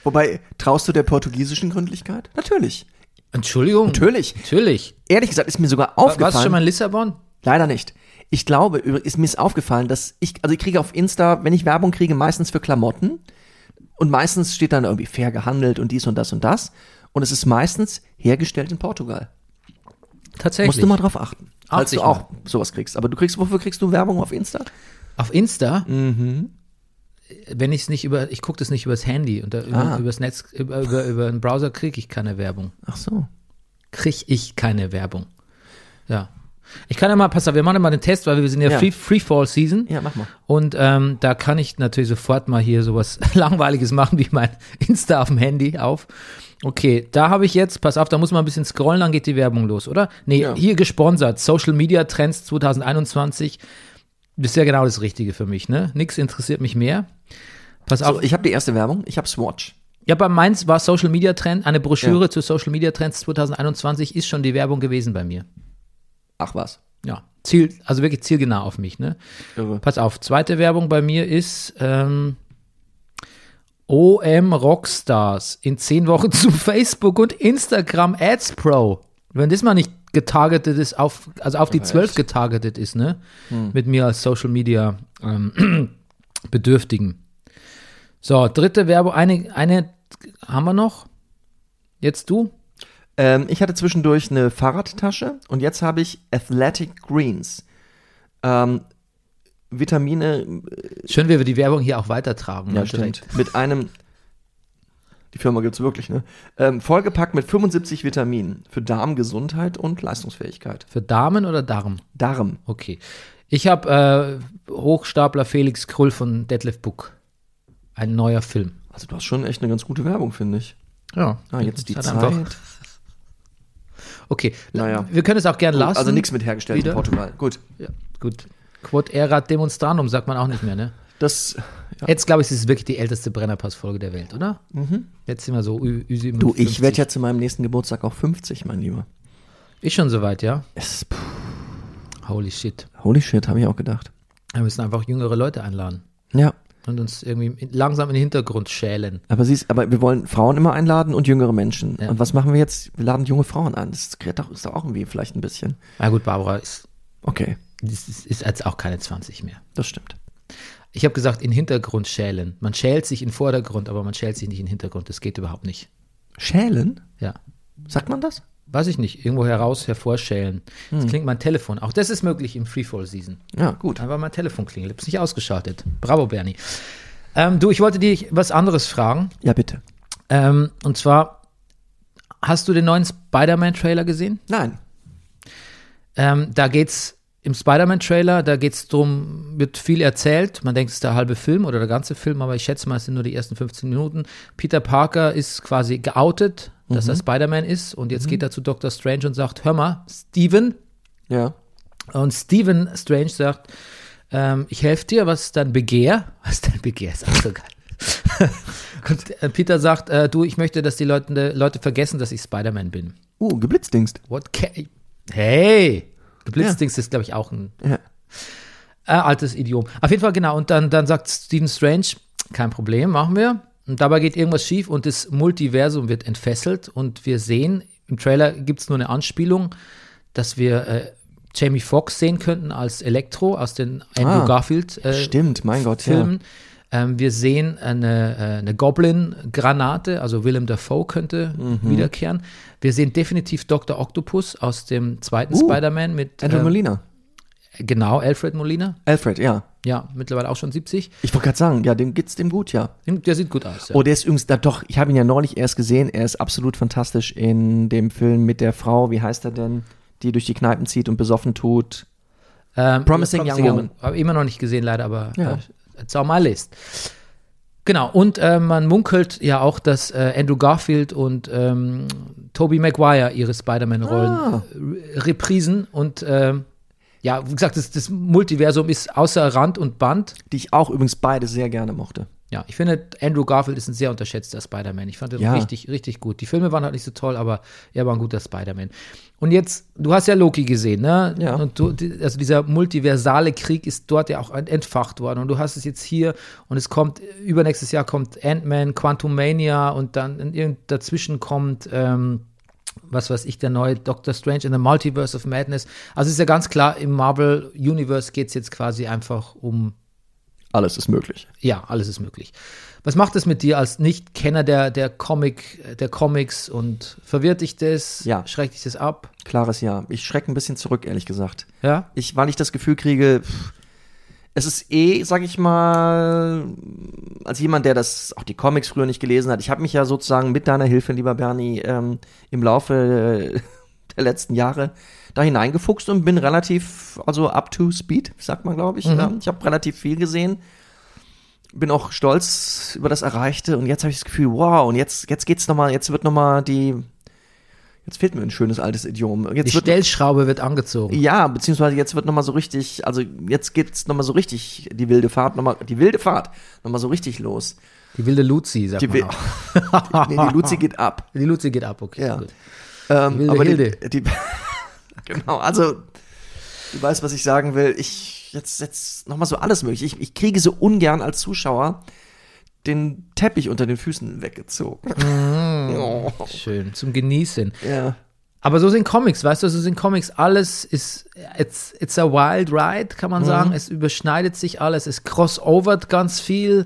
Speaker 2: Wobei, traust du der portugiesischen Gründlichkeit? Natürlich.
Speaker 1: Entschuldigung.
Speaker 2: Natürlich.
Speaker 1: Natürlich.
Speaker 2: Ehrlich gesagt ist mir sogar aufgefallen.
Speaker 1: Warst du schon mal in Lissabon?
Speaker 2: Leider nicht. Ich glaube, übr- ist mir ist aufgefallen, dass ich, also ich kriege auf Insta, wenn ich Werbung kriege, meistens für Klamotten. Und meistens steht dann irgendwie fair gehandelt und dies und das und das. Und es ist meistens hergestellt in Portugal.
Speaker 1: Tatsächlich.
Speaker 2: Musst du mal drauf achten. Falls
Speaker 1: Achte
Speaker 2: du
Speaker 1: ich
Speaker 2: auch sowas kriegst. Aber du kriegst, wofür kriegst du Werbung auf Insta?
Speaker 1: Auf Insta, wenn ich es nicht über, ich gucke das nicht übers Handy und da, über,
Speaker 2: Ah.
Speaker 1: übers Netz, über, über, über einen Browser kriege ich keine Werbung.
Speaker 2: Ach so.
Speaker 1: Kriege ich keine Werbung. Ja. Ich kann ja mal, pass auf, wir machen ja mal den Test, weil wir sind ja,
Speaker 2: Ja.
Speaker 1: Free, Freefall-Season.
Speaker 2: Ja, mach mal.
Speaker 1: Und ähm, da kann ich natürlich sofort mal hier sowas Langweiliges machen, wie mein Insta auf dem Handy auf. Okay, da habe ich jetzt, pass auf, da muss man ein bisschen scrollen, dann geht die Werbung los, oder? Nee,
Speaker 2: Ja.
Speaker 1: hier gesponsert, Social Media Trends 2021. Das ist ja genau das Richtige für mich, ne? Nix interessiert mich mehr. Pass auf,
Speaker 2: So, ich habe die erste Werbung. Ich habe Swatch.
Speaker 1: ja, bei meins war Social Media Trend, eine Broschüre zu Social Media Trends 2021 ist schon die Werbung gewesen bei mir.
Speaker 2: Ach was.
Speaker 1: Ja, ziel, also wirklich zielgenau auf mich, ne?
Speaker 2: Irre.
Speaker 1: Pass auf, zweite Werbung bei mir ist ähm, OM Rockstars in zehn Wochen zu Facebook und Instagram Ads Pro. Wenn das mal nicht getargetet ist, auf, also auf die 12 getargetet ist, ne? Mit mir als Social Media ähm, Bedürftigen. So, dritte Werbung, eine, eine haben wir noch? Jetzt du?
Speaker 2: Ähm, ich hatte zwischendurch eine Fahrradtasche und jetzt habe ich Athletic Greens. Ähm, Vitamine,
Speaker 1: Schön, wie wir die Werbung hier auch weitertragen. ne, direkt.
Speaker 2: mit einem, die Firma gibt's wirklich, ne? Ähm, vollgepackt mit 75 Vitaminen für Darmgesundheit und Leistungsfähigkeit.
Speaker 1: Für Damen oder Darm?
Speaker 2: Darm.
Speaker 1: Okay. Ich habe äh, Hochstapler Felix Krull von Detlef Book. Ein neuer Film.
Speaker 2: Also du hast schon echt eine ganz gute Werbung, finde ich.
Speaker 1: Ja.
Speaker 2: Ah, jetzt die
Speaker 1: Hat
Speaker 2: Zeit.
Speaker 1: einfach- Okay.
Speaker 2: Naja.
Speaker 1: Wir können es auch gern lassen.
Speaker 2: Also nichts mit hergestellt
Speaker 1: Wieder?
Speaker 2: in Portugal. Gut.
Speaker 1: Ja, gut. Quod erat demonstrandum sagt man auch nicht mehr, ne?
Speaker 2: Das, ja. Mhm.
Speaker 1: Jetzt glaube ich, es ist wirklich die älteste Brennerpass-Folge der Welt, oder? Jetzt sind wir so ü- ü- 57.
Speaker 2: Du, ich werde ja zu meinem nächsten Geburtstag auch 50, mein Lieber.
Speaker 1: Ist schon soweit, ja?
Speaker 2: Es, puh,
Speaker 1: Holy shit.
Speaker 2: holy shit, habe ich auch gedacht.
Speaker 1: Wir müssen einfach jüngere Leute einladen
Speaker 2: Ja,
Speaker 1: und uns irgendwie langsam in den Hintergrund schälen.
Speaker 2: aber siehst, aber wir wollen Frauen immer einladen und jüngere Menschen.
Speaker 1: Ja.
Speaker 2: Und was machen wir jetzt? Wir laden junge Frauen an. Das ist doch, ist doch auch irgendwie vielleicht ein bisschen.
Speaker 1: Na gut, Barbara ist,
Speaker 2: Okay,
Speaker 1: ist, ist- ist jetzt auch keine 20 mehr.
Speaker 2: das stimmt.
Speaker 1: Ich habe gesagt, in Hintergrund schälen. Man schält sich in Vordergrund, aber man schält sich nicht in Hintergrund. Das geht überhaupt nicht.
Speaker 2: Schälen?
Speaker 1: Ja.
Speaker 2: Sagt man das?
Speaker 1: Weiß ich nicht. Irgendwo heraus, hervorschälen. Jetzt klingt mein Telefon. Auch das ist möglich im Freefall-Season.
Speaker 2: Ja, gut.
Speaker 1: Einfach mein Telefon klingelt. Ist nicht ausgeschaltet. Bravo, Bernie. Ähm, du, ich wollte dich was anderes fragen.
Speaker 2: Ja, bitte.
Speaker 1: Ähm, und zwar, hast du den neuen Spider-Man-Trailer gesehen?
Speaker 2: Nein.
Speaker 1: Ähm, da geht's im Spider-Man-Trailer, da geht's drum, wird viel erzählt. Man denkt, es ist der halbe Film oder der ganze Film, aber ich schätze mal, es sind nur die ersten 15 Minuten. Peter Parker ist quasi geoutet, dass er Spider-Man ist. Und jetzt geht er zu Dr. Strange und sagt, hör mal, Steven.
Speaker 2: Ja.
Speaker 1: Und Steven Strange sagt, ähm, ich helfe dir, was ist dein Begehr? Was ist dein Begehr? Ist auch so geil. und äh, Peter sagt, äh, du, ich möchte, dass die Leute, Leute vergessen, dass ich Spider-Man bin.
Speaker 2: Uh, geblitzdingst.
Speaker 1: What can Hey! Blitzdings ist, glaube ich, auch ein
Speaker 2: Ja.
Speaker 1: äh, altes Idiom. Auf jeden Fall, genau. Und dann, dann sagt Stephen Strange, kein Problem, machen wir. Und dabei geht irgendwas schief und das Multiversum wird entfesselt. Und wir sehen, im Trailer gibt es nur eine Anspielung, dass wir äh, Jamie Foxx sehen könnten als Elektro aus den Andrew
Speaker 2: Ah,
Speaker 1: Garfield äh,
Speaker 2: Stimmt, mein Gott, ja.
Speaker 1: Filmen. Ähm, wir sehen eine, äh, eine Goblin-Granate, also Willem Dafoe könnte
Speaker 2: Mhm.
Speaker 1: wiederkehren. Wir sehen definitiv Dr. Octopus aus dem zweiten
Speaker 2: Uh,
Speaker 1: Spider-Man mit
Speaker 2: Andrew
Speaker 1: ähm,
Speaker 2: Molina.
Speaker 1: genau Alfred Molina.
Speaker 2: Alfred, ja.
Speaker 1: Ja, mittlerweile auch schon 70.
Speaker 2: Ich wollte gerade sagen, ja, dem geht's dem gut, ja.
Speaker 1: Dem- Der sieht gut aus. Ja.
Speaker 2: Oh, der ist übrigens, da doch, ich habe ihn ja neulich erst gesehen, er ist absolut fantastisch in dem Film mit der Frau, wie heißt er denn, die durch die Kneipen zieht und besoffen tut.
Speaker 1: Ähm,
Speaker 2: Promising Young Woman.
Speaker 1: Habe immer noch nicht gesehen, leider, aber
Speaker 2: Ja.
Speaker 1: äh, it's on my list. Genau, und äh, man munkelt ja auch, dass äh, Andrew Garfield und ähm, Tobey Maguire ihre Spider-Man-Rollen
Speaker 2: Ah.
Speaker 1: äh, re- reprisen. Und ähm, ja, wie gesagt, das, das Multiversum ist außer Rand und Band.
Speaker 2: die ich auch übrigens beide sehr gerne mochte.
Speaker 1: Ja, ich finde, Andrew Garfield ist ein sehr unterschätzter Spider-Man. Ich fand ihn
Speaker 2: Ja.
Speaker 1: richtig, richtig gut. Die Filme waren halt nicht so toll, aber er war ein guter Spider-Man. Und jetzt, du hast ja Loki gesehen, ne?
Speaker 2: Ja.
Speaker 1: Und du, die- also dieser multiversale Krieg ist dort ja auch ent- entfacht worden. Und du hast es jetzt hier und es kommt, übernächstes Jahr kommt Ant-Man, Quantumania und dann in, irgend- dazwischen kommt, ähm, was weiß ich, der neue Doctor Strange in the Multiverse of Madness. Also ist ja ganz klar, im Marvel Universe geht es jetzt quasi einfach um
Speaker 2: Alles ist möglich.
Speaker 1: ja, alles ist möglich. Was macht es mit dir als Nicht-Kenner der, der, Comic, der Comics und verwirrt dich das?
Speaker 2: Ja.
Speaker 1: Schreckt dich das ab?
Speaker 2: Klares Ja. Ich schrecke ein bisschen zurück, ehrlich gesagt.
Speaker 1: Ja.
Speaker 2: Ich, weil ich das Gefühl kriege, pff, es ist eh, sag ich mal, als jemand, der das auch die Comics früher nicht gelesen hat, ich habe mich ja sozusagen mit deiner Hilfe, lieber Bernie, ähm, im Laufe äh, der letzten Jahre da hineingefuchst und bin relativ, also up to speed, sagt man, glaube ich. Ja. Ich habe relativ viel gesehen. bin auch stolz über das Erreichte und jetzt habe ich das Gefühl, wow, und jetzt, jetzt geht's nochmal, jetzt wird nochmal die, jetzt fehlt mir ein schönes altes Idiom.
Speaker 1: Die
Speaker 2: Jetzt wird,
Speaker 1: Stellschraube wird angezogen.
Speaker 2: ja, beziehungsweise jetzt wird nochmal so richtig, also jetzt geht's nochmal so richtig, die wilde Fahrt, nochmal, die wilde Fahrt, nochmal so richtig los.
Speaker 1: Die wilde Luzi, sagt
Speaker 2: Die,
Speaker 1: man
Speaker 2: wi-
Speaker 1: auch.
Speaker 2: nee, die Luzi geht ab.
Speaker 1: Die Luzi geht ab, okay.
Speaker 2: Ja.
Speaker 1: Gut.
Speaker 2: Ähm,
Speaker 1: Wilde
Speaker 2: aber
Speaker 1: Hilde.
Speaker 2: Die, die, genau, also du weißt, was ich sagen will. Ich jetzt jetzt noch mal so alles möglich. Ich, ich kriege so ungern als Zuschauer den Teppich unter den Füßen weggezogen. Oh.
Speaker 1: Schön, zum Genießen.
Speaker 2: Ja.
Speaker 1: Aber so sind Comics, weißt du, so sind Comics. Alles ist, it's, it's a wild ride, kann
Speaker 2: Mhm.
Speaker 1: man sagen. Es überschneidet sich alles, es crossovert ganz viel.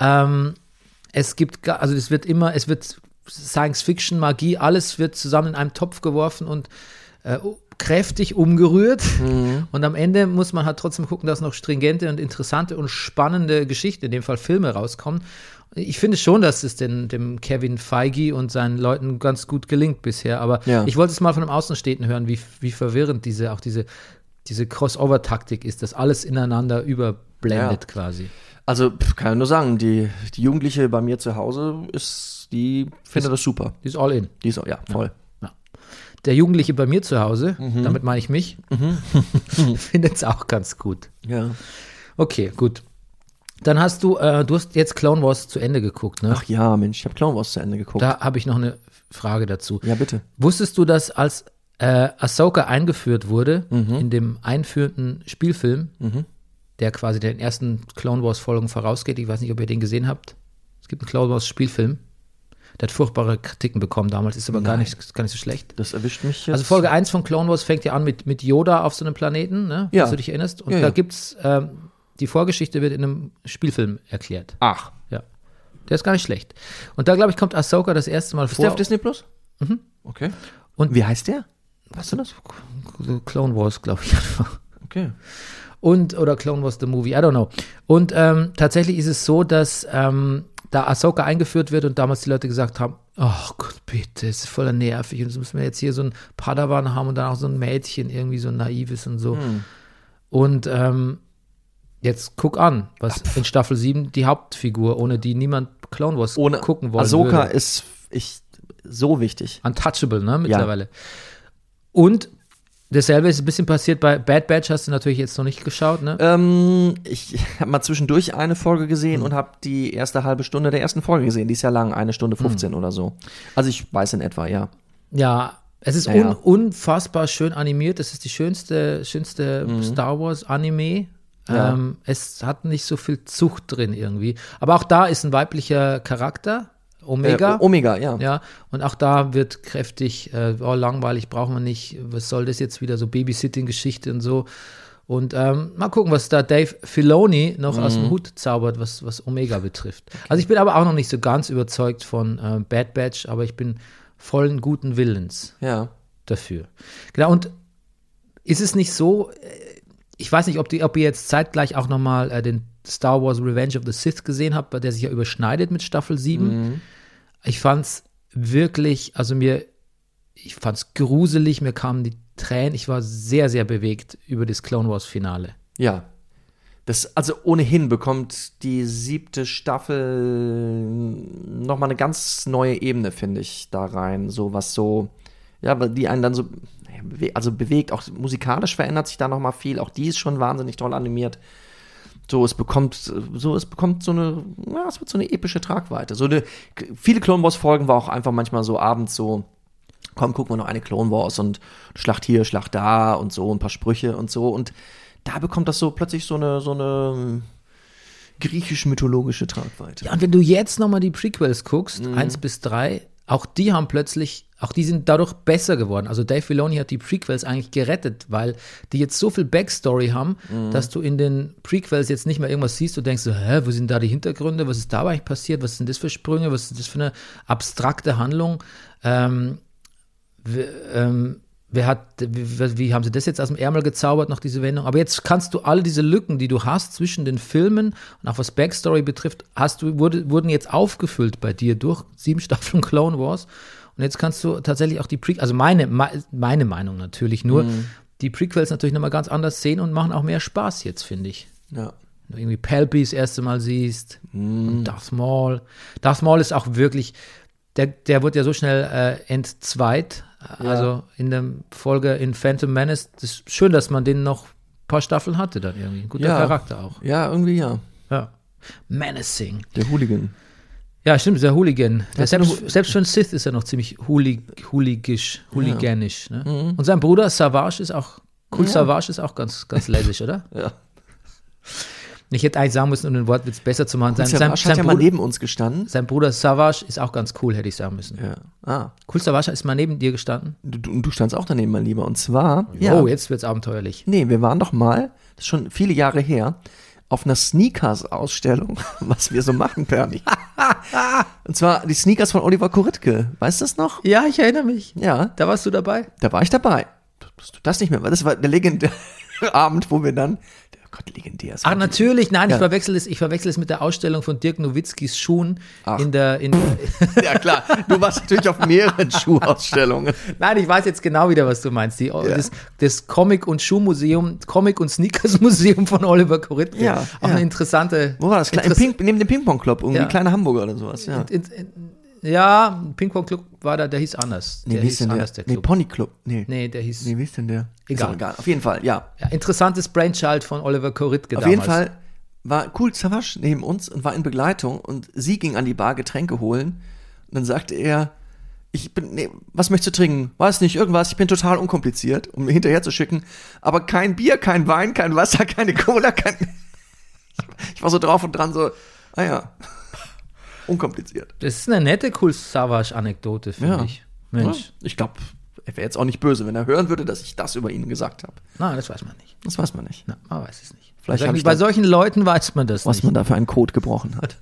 Speaker 1: Ähm, es gibt, ga- also es wird immer, es wird Science Fiction, Magie, alles wird zusammen in einem Topf geworfen und äh, u- kräftig umgerührt.
Speaker 2: Mhm.
Speaker 1: Und am Ende muss man halt trotzdem gucken, dass noch stringente und interessante und spannende Geschichten, in dem Fall Filme, rauskommen. Ich finde schon, dass es den, dem Kevin Feige und seinen Leuten ganz gut gelingt bisher. Aber
Speaker 2: Ja.
Speaker 1: ich wollte es mal von einem Außenstehenden hören, wie, wie verwirrend diese, auch diese, diese Crossover-Taktik ist, dass alles ineinander überblendet
Speaker 2: Ja.
Speaker 1: quasi.
Speaker 2: Also pf, kann ich nur sagen, die, die Jugendliche bei mir zu Hause ist, die findet das super.
Speaker 1: Die ist all in.
Speaker 2: Die ist, ja, voll.
Speaker 1: der Jugendliche bei mir zu Hause,
Speaker 2: Mhm.
Speaker 1: damit meine ich mich, findet es auch ganz gut.
Speaker 2: Ja.
Speaker 1: Okay, gut. Dann hast du, äh, du hast jetzt Clone Wars zu Ende geguckt, ne?
Speaker 2: Ach ja, Mensch, ich habe Clown Wars zu Ende geguckt.
Speaker 1: Da habe ich noch eine Frage dazu.
Speaker 2: Ja, bitte.
Speaker 1: Wusstest du, dass als äh, Ahsoka eingeführt wurde,
Speaker 2: Mhm.
Speaker 1: in dem einführenden Spielfilm, der quasi den ersten Clone Wars Folgen vorausgeht, ich weiß nicht, ob ihr den gesehen habt. Es gibt einen Clone Wars Spielfilm. Der hat furchtbare Kritiken bekommen damals, ist aber gar nicht, gar nicht so schlecht.
Speaker 2: Das erwischt mich jetzt.
Speaker 1: Also Folge 1 von Clone Wars fängt ja an mit, mit Yoda auf so einem Planeten, ne?
Speaker 2: Ja.
Speaker 1: Falls du dich erinnerst. Und
Speaker 2: Ja,
Speaker 1: da
Speaker 2: ja.
Speaker 1: gibt's, ähm, die Vorgeschichte wird in einem Spielfilm erklärt.
Speaker 2: Ach.
Speaker 1: Ja. Der ist gar nicht schlecht. Und da, glaube ich, kommt Ahsoka das erste Mal
Speaker 2: Ist der auf
Speaker 1: vor.
Speaker 2: Disney Plus? Mhm. Okay.
Speaker 1: Und-
Speaker 2: wie heißt der?
Speaker 1: Weißt du das? So Clone Wars, glaube ich einfach.
Speaker 2: Okay.
Speaker 1: Und, oder Clone Wars the Movie, I don't know. Und ähm, tatsächlich ist es so, dass ähm, da Ahsoka eingeführt wird und damals die Leute gesagt haben, oh Gott, bitte, es ist voller nervig und jetzt müssen wir jetzt hier so ein Padawan haben und dann auch so ein Mädchen, irgendwie so ein naives und so.
Speaker 2: Hm.
Speaker 1: Und ähm, jetzt guck an, was in Staffel 7 die Hauptfigur, ohne die niemand Clone Wars
Speaker 2: Ohne
Speaker 1: gucken wollen
Speaker 2: Ahsoka
Speaker 1: würde.
Speaker 2: ist ich, so wichtig.
Speaker 1: Untouchable, ne, mittlerweile. Und dasselbe ist ein bisschen passiert bei Bad Batch, hast du natürlich jetzt noch nicht geschaut, ne?
Speaker 2: Ähm, ich habe mal zwischendurch eine Folge
Speaker 1: Hm.
Speaker 2: gesehen und habe die erste halbe Stunde der ersten Folge gesehen. Die ist ja lang, eine Stunde
Speaker 1: Hm.
Speaker 2: 15 oder so. Also ich weiß in etwa, ja.
Speaker 1: Ja, es ist
Speaker 2: Naja.
Speaker 1: un unfassbar schön animiert. Das ist die schönste, schönste Star Wars Anime.
Speaker 2: Mhm. Ja.
Speaker 1: Ähm, es hat nicht so viel Zucht drin irgendwie. Aber auch da ist ein weiblicher Charakter, Omega.
Speaker 2: Äh, Omega, ja.
Speaker 1: ja, und auch da wird kräftig, äh, oh, langweilig brauchen wir nicht, was soll das jetzt wieder, so Babysitting-Geschichte und so. Und ähm, mal gucken, was da Dave Filoni noch aus dem Hut zaubert, was, was Omega betrifft. Also ich bin aber auch noch nicht so ganz überzeugt von äh, Bad Batch, aber ich bin vollen guten Willens
Speaker 2: Ja.
Speaker 1: dafür. Genau, und ist es nicht so, äh, ich weiß nicht, ob, die, ob ihr jetzt zeitgleich auch nochmal äh, den Star Wars Revenge of the Sith gesehen habt, bei der sich ja überschneidet mit Staffel 7. Ich fand's wirklich, also mir, ich fand's gruselig, mir kamen die Tränen, ich war sehr, sehr bewegt über das Clone Wars Finale.
Speaker 2: Ja. Das, also ohnehin bekommt die siebte Staffel nochmal eine ganz neue Ebene, finde ich, da rein. So was so, ja, weil die einen dann so, naja, bewe- also bewegt, auch musikalisch verändert sich da nochmal viel. Auch die ist schon wahnsinnig toll animiert. So, es bekommt, so, es bekommt so eine, ja, es wird so eine epische Tragweite. So eine, viele Clone Wars Folgen war auch einfach manchmal so abends so, komm, gucken wir noch eine Clone Wars und Schlacht hier, Schlacht da und so, ein paar Sprüche und so. Und da bekommt das so plötzlich so eine, so eine hm, griechisch-mythologische Tragweite.
Speaker 1: Ja, und wenn du jetzt nochmal die Prequels guckst, eins 1 bis 3, auch die haben plötzlich, auch die sind dadurch besser geworden. Also Dave Filoni hat die Prequels eigentlich gerettet, weil die jetzt so viel Backstory haben, dass du in den Prequels jetzt nicht mehr irgendwas siehst und denkst, so, hä, wo sind da die Hintergründe, was ist da eigentlich passiert, was sind das für Sprünge, was ist das für eine abstrakte Handlung, ähm, wer, ähm, Wer hat, wie, wie haben sie das jetzt aus dem Ärmel gezaubert, noch diese Wendung? Aber jetzt kannst du alle diese Lücken, die du hast zwischen den Filmen und auch was Backstory betrifft, hast du, wurde, wurden jetzt aufgefüllt bei dir durch sieben Staffeln Clone Wars. Und jetzt kannst du tatsächlich auch die Prequels, also meine, me- meine Meinung natürlich nur, die Prequels natürlich nochmal ganz anders sehen und machen auch mehr Spaß jetzt, finde ich.
Speaker 2: Ja.
Speaker 1: Wenn du irgendwie Palpy das erste Mal siehst
Speaker 2: Mhm.
Speaker 1: und Darth Maul. Darth Maul ist auch wirklich, der, der wird ja so schnell äh, entzweit. Also in der Folge in Phantom Menace, das ist schön, dass man den noch ein paar Staffeln hatte dann irgendwie. Ein Guter
Speaker 2: Ja.
Speaker 1: Charakter auch.
Speaker 2: Ja, irgendwie ja.
Speaker 1: Ja. Menacing.
Speaker 2: Der Hooligan.
Speaker 1: Ja, stimmt, der Hooligan. Der
Speaker 2: ist eine
Speaker 1: selbst, selbst schon Sith ist ja noch ziemlich hoolig, hooligisch, hooliganisch. Ne?
Speaker 2: Mhm.
Speaker 1: Und sein Bruder Savage ist auch, cool Savage ist auch ganz, ganz lässig, oder?
Speaker 2: Ja.
Speaker 1: Ich hätte eigentlich sagen müssen, um den Wortwitz besser zu machen. Sein, sein,
Speaker 2: Savage hat
Speaker 1: sein,
Speaker 2: ja mal
Speaker 1: Bruder,
Speaker 2: neben uns gestanden.
Speaker 1: sein Bruder Savage ist auch ganz cool, hätte ich sagen müssen.
Speaker 2: Ja. Ah,
Speaker 1: Cool Savage ist mal neben dir gestanden.
Speaker 2: du, du, du standst auch daneben, mein Lieber. Und zwar,
Speaker 1: Oh, jetzt wird's abenteuerlich.
Speaker 2: Nee, wir waren doch mal, das ist schon viele Jahre her, auf einer Sneakers-Ausstellung, was wir so machen, Bernie. Und zwar die Sneakers von Oliver Kuritke. Weißt du das noch?
Speaker 1: Ja, ich erinnere mich.
Speaker 2: Ja,
Speaker 1: Da warst du dabei.
Speaker 2: da war ich dabei. Dass du das nicht mehr, weil das war der legendäre Abend, wo wir dann, oh Gott, legendär. es war
Speaker 1: Ach, natürlich, nein, ich
Speaker 2: Ja.
Speaker 1: verwechsel es, ich verwechsel es mit der Ausstellung von Dirk Nowitzkis Schuhen in der, in,
Speaker 2: Ja, klar. Du warst natürlich auf mehreren Schuhausstellungen.
Speaker 1: nein, ich weiß jetzt genau wieder, was du meinst, die, das, das Comic- und Schuhmuseum, Comic- und Sneakers-Museum von Oliver Koritke,
Speaker 2: Ja,
Speaker 1: auch
Speaker 2: ja.
Speaker 1: eine interessante,
Speaker 2: Wo war das? Kle- Im
Speaker 1: Interess-
Speaker 2: Ping, neben dem Ping-Pong-Club, irgendwie
Speaker 1: Ja.
Speaker 2: kleine Hamburger oder sowas. Ja.
Speaker 1: in, in, ja, Ping-Pong Club war da, der hieß anders,
Speaker 2: Nee,
Speaker 1: der
Speaker 2: wie ist
Speaker 1: hieß
Speaker 2: denn der?
Speaker 1: anders, der
Speaker 2: Nee,
Speaker 1: Club,
Speaker 2: Pony-Club. Nee. nee.
Speaker 1: nee, der hieß,
Speaker 2: wie ist denn der?
Speaker 1: Egal.
Speaker 2: Ist auch egal. Auf jeden Fall, ja.
Speaker 1: ja, interessantes Brainchild von Oliver Koritke
Speaker 2: Auf
Speaker 1: damals.
Speaker 2: jeden Fall war cool Savage neben uns und war in Begleitung und sie ging an die Bar Getränke holen und dann sagte er, ich bin, nee, was möchtest du trinken? Weiß nicht, irgendwas, ich bin total unkompliziert, um mir hinterher zu schicken, aber kein Bier, kein Wein, kein Wasser, keine Cola, kein. Ich war so drauf und dran, so, ah ja, unkompliziert.
Speaker 1: Das ist eine nette Cool Savage-Anekdote, finde
Speaker 2: Ja.
Speaker 1: ich. Mensch,
Speaker 2: Ja, ich glaube, er wäre jetzt auch nicht böse, wenn er hören würde, dass ich das über ihn gesagt habe.
Speaker 1: nein, das weiß man nicht.
Speaker 2: Das weiß man nicht,
Speaker 1: Na, man weiß es nicht.
Speaker 2: Vielleicht
Speaker 1: Bei
Speaker 2: hab
Speaker 1: solchen-
Speaker 2: ich
Speaker 1: bei
Speaker 2: da-
Speaker 1: solchen Leuten weiß man das
Speaker 2: was
Speaker 1: nicht.
Speaker 2: man da für einen Code gebrochen hat.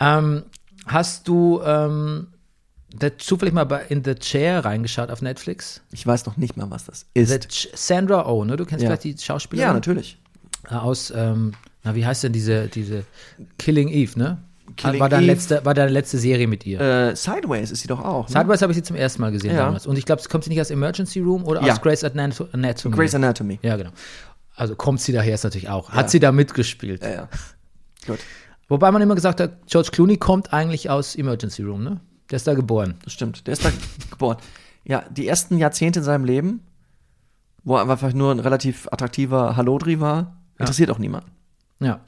Speaker 1: Ähm, hast du ähm, da zufällig mal bei in The Chair reingeschaut auf Netflix?
Speaker 2: Ich weiß noch nicht mal, was das
Speaker 1: The
Speaker 2: ist.
Speaker 1: Ch Sandra Oh, ne? Du kennst
Speaker 2: Ja.
Speaker 1: vielleicht die Schauspielerin
Speaker 2: Ja, natürlich.
Speaker 1: Äh, aus, ähm, na, wie heißt denn diese, diese Killing Eve, ne?
Speaker 2: Killing
Speaker 1: war, dein
Speaker 2: Eve.
Speaker 1: Letzte, war deine letzte Serie mit ihr.
Speaker 2: Äh, Sideways ist sie doch auch. Ne?
Speaker 1: Sideways habe ich sie zum ersten Mal gesehen
Speaker 2: Ja.
Speaker 1: damals. Und ich glaube, es kommt sie nicht aus Emergency Room oder
Speaker 2: Ja.
Speaker 1: aus Grey's Anat- Anatomy.
Speaker 2: Grey's Anatomy.
Speaker 1: ja, genau. Also kommt sie daher, ist natürlich auch. Hat sie da mitgespielt.
Speaker 2: Ja, ja. Gut,
Speaker 1: Wobei man immer gesagt hat, George Clooney kommt eigentlich aus Emergency Room, ne? Der ist da geboren.
Speaker 2: das stimmt. Der ist da geboren. Ja, die ersten Jahrzehnte in seinem Leben, wo er einfach nur ein relativ attraktiver Hallodri war, interessiert auch niemand.
Speaker 1: Ja.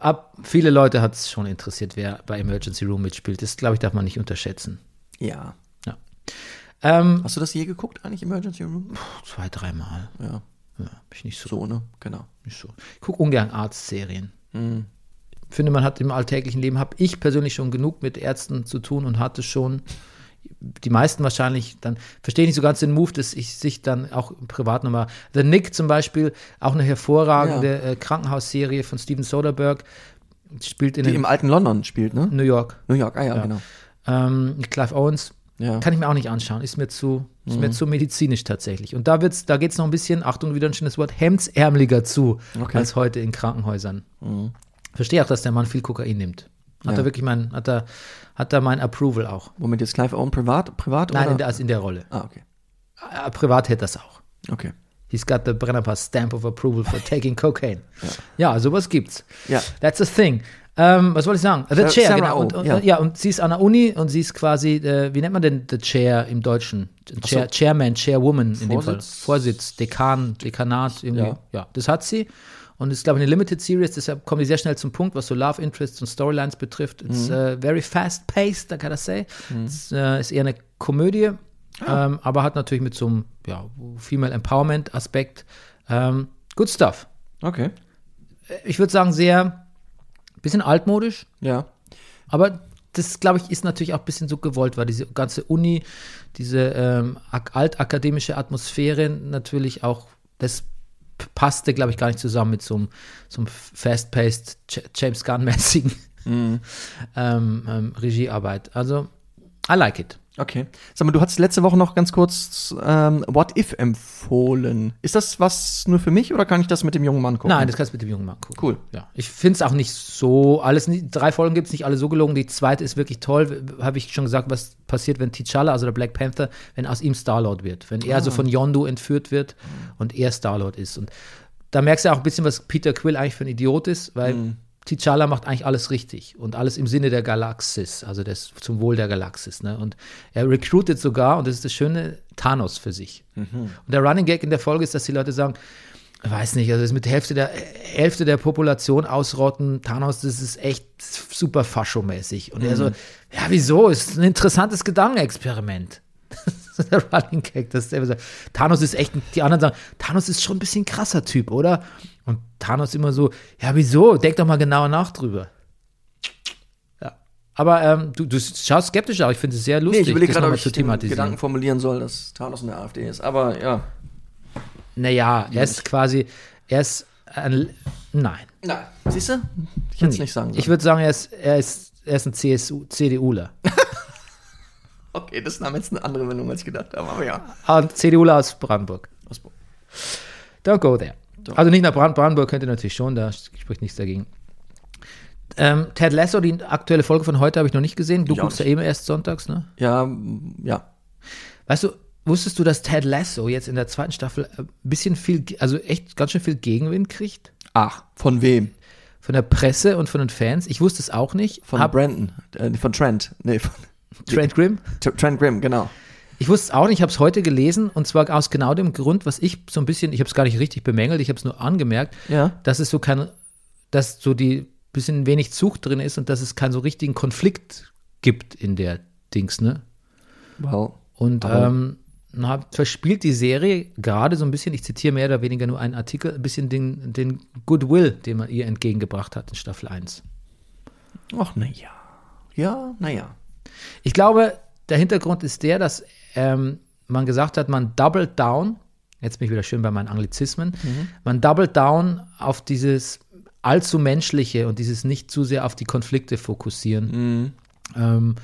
Speaker 1: Ab, viele Leute hat es schon interessiert, wer bei Emergency Room mitspielt. Das, glaube ich, darf man nicht unterschätzen.
Speaker 2: Ja.
Speaker 1: Ähm,
Speaker 2: Hast du das je geguckt eigentlich, Emergency Room?
Speaker 1: zwei, dreimal.
Speaker 2: Ja,
Speaker 1: Ja, bin ich nicht so.
Speaker 2: so, ne? Genau.
Speaker 1: Nicht so. Ich gucke ungern Arztserien. Finde, man hat im alltäglichen Leben, habe ich persönlich schon genug mit Ärzten zu tun und hatte schon. Die meisten wahrscheinlich dann verstehe nicht so ganz den Move, dass ich sich dann auch privat nochmal. The Nick zum Beispiel, auch eine hervorragende äh, Krankenhausserie von Steven Soderbergh, spielt in
Speaker 2: Die
Speaker 1: den-
Speaker 2: im alten London spielt, ne?
Speaker 1: New York.
Speaker 2: New York, ah ja, genau.
Speaker 1: Ähm, Clive Owens.
Speaker 2: Ja.
Speaker 1: Kann ich mir auch nicht anschauen. Ist mir zu, ist
Speaker 2: Mhm.
Speaker 1: mir zu medizinisch tatsächlich. Und da wird's, da geht es noch ein bisschen, Achtung, wieder ein schönes Wort, hemdsärmeliger zu
Speaker 2: Okay. Mhm.
Speaker 1: als heute in Krankenhäusern. Verstehe auch, dass der Mann viel Kokain nimmt. Hat
Speaker 2: Ja.
Speaker 1: er wirklich mein, hat er, hat er mein Approval auch.
Speaker 2: Womit jetzt Clive Owen privat? privat
Speaker 1: Nein,
Speaker 2: oder?
Speaker 1: in der, also in der Rolle.
Speaker 2: ah, okay.
Speaker 1: Äh, privat hätte das auch.
Speaker 2: Okay.
Speaker 1: He's got the Brennerpass stamp of approval for taking cocaine. Ja, sowas gibt's.
Speaker 2: Ja.
Speaker 1: That's a thing. Ähm, was wollte ich sagen? The
Speaker 2: Sa-
Speaker 1: Chair,
Speaker 2: Sarah
Speaker 1: genau. Und,
Speaker 2: Oh,
Speaker 1: und, ja.
Speaker 2: ja.
Speaker 1: und sie ist an der Uni und sie ist quasi, äh, wie nennt man denn The Chair im Deutschen? Chair,
Speaker 2: so.
Speaker 1: Chairman, Chairwoman in dem Fall.
Speaker 2: Vorsitz?
Speaker 1: Vorsitz, Dekan, Dekanat. Irgendwie. Ja.
Speaker 2: Ja.
Speaker 1: das hat sie. Und ist, glaube ich, eine Limited Series, deshalb kommen die sehr schnell zum Punkt, was so Love Interests und Storylines betrifft. It's äh, very fast paced, I gotta say. Es äh, ist eher eine Komödie, ähm, aber hat natürlich mit so einem ja, Female Empowerment Aspekt. Ähm, good stuff
Speaker 2: Okay.
Speaker 1: ich würde sagen, sehr bisschen altmodisch,
Speaker 2: Ja.
Speaker 1: aber das, glaube ich, ist natürlich auch ein bisschen so gewollt, weil diese ganze Uni, diese ähm, ak- altakademische Atmosphäre natürlich auch, das p- passte, glaube ich, gar nicht zusammen mit so einem, so einem fast-paced, Ch- James Gunn-mäßigen ähm, ähm, Regiearbeit. Also, I like it.
Speaker 2: Okay. Sag mal, du hast letzte Woche noch ganz kurz ähm, What If empfohlen. Ist das was nur für mich oder kann ich das mit dem jungen Mann gucken?
Speaker 1: Nein, das kannst du mit dem jungen Mann gucken.
Speaker 2: Cool.
Speaker 1: Ja, ich finde es auch nicht so alles. nie- Drei Folgen gibt es nicht alle so gelungen. Die zweite ist wirklich toll. Habe ich schon gesagt, was passiert, wenn T'Challa, also der Black Panther, wenn aus ihm Star-Lord wird. Wenn er so von Yondu entführt wird und er Star-Lord ist. Und da merkst du auch ein bisschen, was Peter Quill eigentlich für ein Idiot ist, weil T'Challa macht eigentlich alles richtig und alles im Sinne der Galaxis, also des, zum Wohl der Galaxis. Ne? Und er recruitet sogar, und das ist das Schöne, Thanos für sich. Und der Running Gag in der Folge ist, dass die Leute sagen, weiß nicht, also das mit der Hälfte der, Hälfte der Population ausrotten, Thanos, das ist echt super
Speaker 2: Mhm.
Speaker 1: faschomäßig. Und er so, ja, wieso? Ist ein interessantes Gedankenexperiment. Das ist der Running Gag. Das ist immer so. Thanos ist echt, ein- die anderen sagen, Thanos ist schon ein bisschen krasser Typ, oder? Und Thanos immer so, ja, wieso? Denk doch mal genauer nach drüber. Ja. Aber ähm, du, du schaust skeptisch aus. Ich finde es sehr
Speaker 2: Nee,
Speaker 1: lustig,
Speaker 2: ich überlege
Speaker 1: das
Speaker 2: gerade,
Speaker 1: nochmal
Speaker 2: ob ich
Speaker 1: zu
Speaker 2: den
Speaker 1: thematisieren.
Speaker 2: Gedanken formulieren soll, dass Thanos in der AfD ist. Aber ja.
Speaker 1: Naja, er
Speaker 2: Hm.
Speaker 1: ist quasi, er ist ein, nein.
Speaker 2: Nein. Siehst du? Ich hätte es
Speaker 1: Nee.
Speaker 2: nicht sagen sollen.
Speaker 1: Hm. Ich würde sagen, er ist, er ist, er ist ein CSU, CDUler.
Speaker 2: okay, das nahm jetzt eine andere Wendung, als ich gedacht habe. Aber ja.
Speaker 1: Ein CDUler aus Brandenburg.
Speaker 2: Aus Bo-
Speaker 1: Don't go there. Also nicht nach Brand Brandenburg könnt ihr natürlich schon, da spricht nichts dagegen. Ähm, Ted Lasso, die aktuelle Folge von heute habe ich noch nicht gesehen. Du
Speaker 2: Ich auch
Speaker 1: guckst ja eben erst sonntags, ne?
Speaker 2: Ja, mm, ja.
Speaker 1: Weißt du, wusstest du, dass Ted Lasso jetzt in der zweiten Staffel ein bisschen viel, also echt ganz schön viel Gegenwind kriegt?
Speaker 2: Ach, von wem?
Speaker 1: Von der Presse und von den Fans. Ich wusste es auch nicht.
Speaker 2: Von
Speaker 1: Hab-
Speaker 2: Brandon. Äh, von Trent. Nee, von
Speaker 1: Trent Grimm.
Speaker 2: T- Trent Grimm, genau.
Speaker 1: Ich wusste es auch nicht, ich habe es heute gelesen und zwar aus genau dem Grund, was ich so ein bisschen, ich habe es gar nicht richtig bemängelt, ich habe es nur angemerkt,
Speaker 2: Ja.
Speaker 1: dass es so kein, dass so die bisschen wenig Zug drin ist und dass es keinen so richtigen Konflikt gibt in der Dings, ne?
Speaker 2: Well.
Speaker 1: Und
Speaker 2: Aber-
Speaker 1: ähm, na, verspielt die Serie gerade so ein bisschen, ich zitiere mehr oder weniger nur einen Artikel, ein bisschen den, den Goodwill, den man ihr entgegengebracht hat in Staffel 1.
Speaker 2: Ach, naja. Ja, naja.
Speaker 1: Ich glaube, der Hintergrund ist der, dass ähm, man gesagt hat, man doubled down. Jetzt bin ich wieder schön bei meinen Anglizismen. Man doubled down auf dieses allzu menschliche und dieses nicht zu sehr auf die Konflikte fokussieren. Ähm,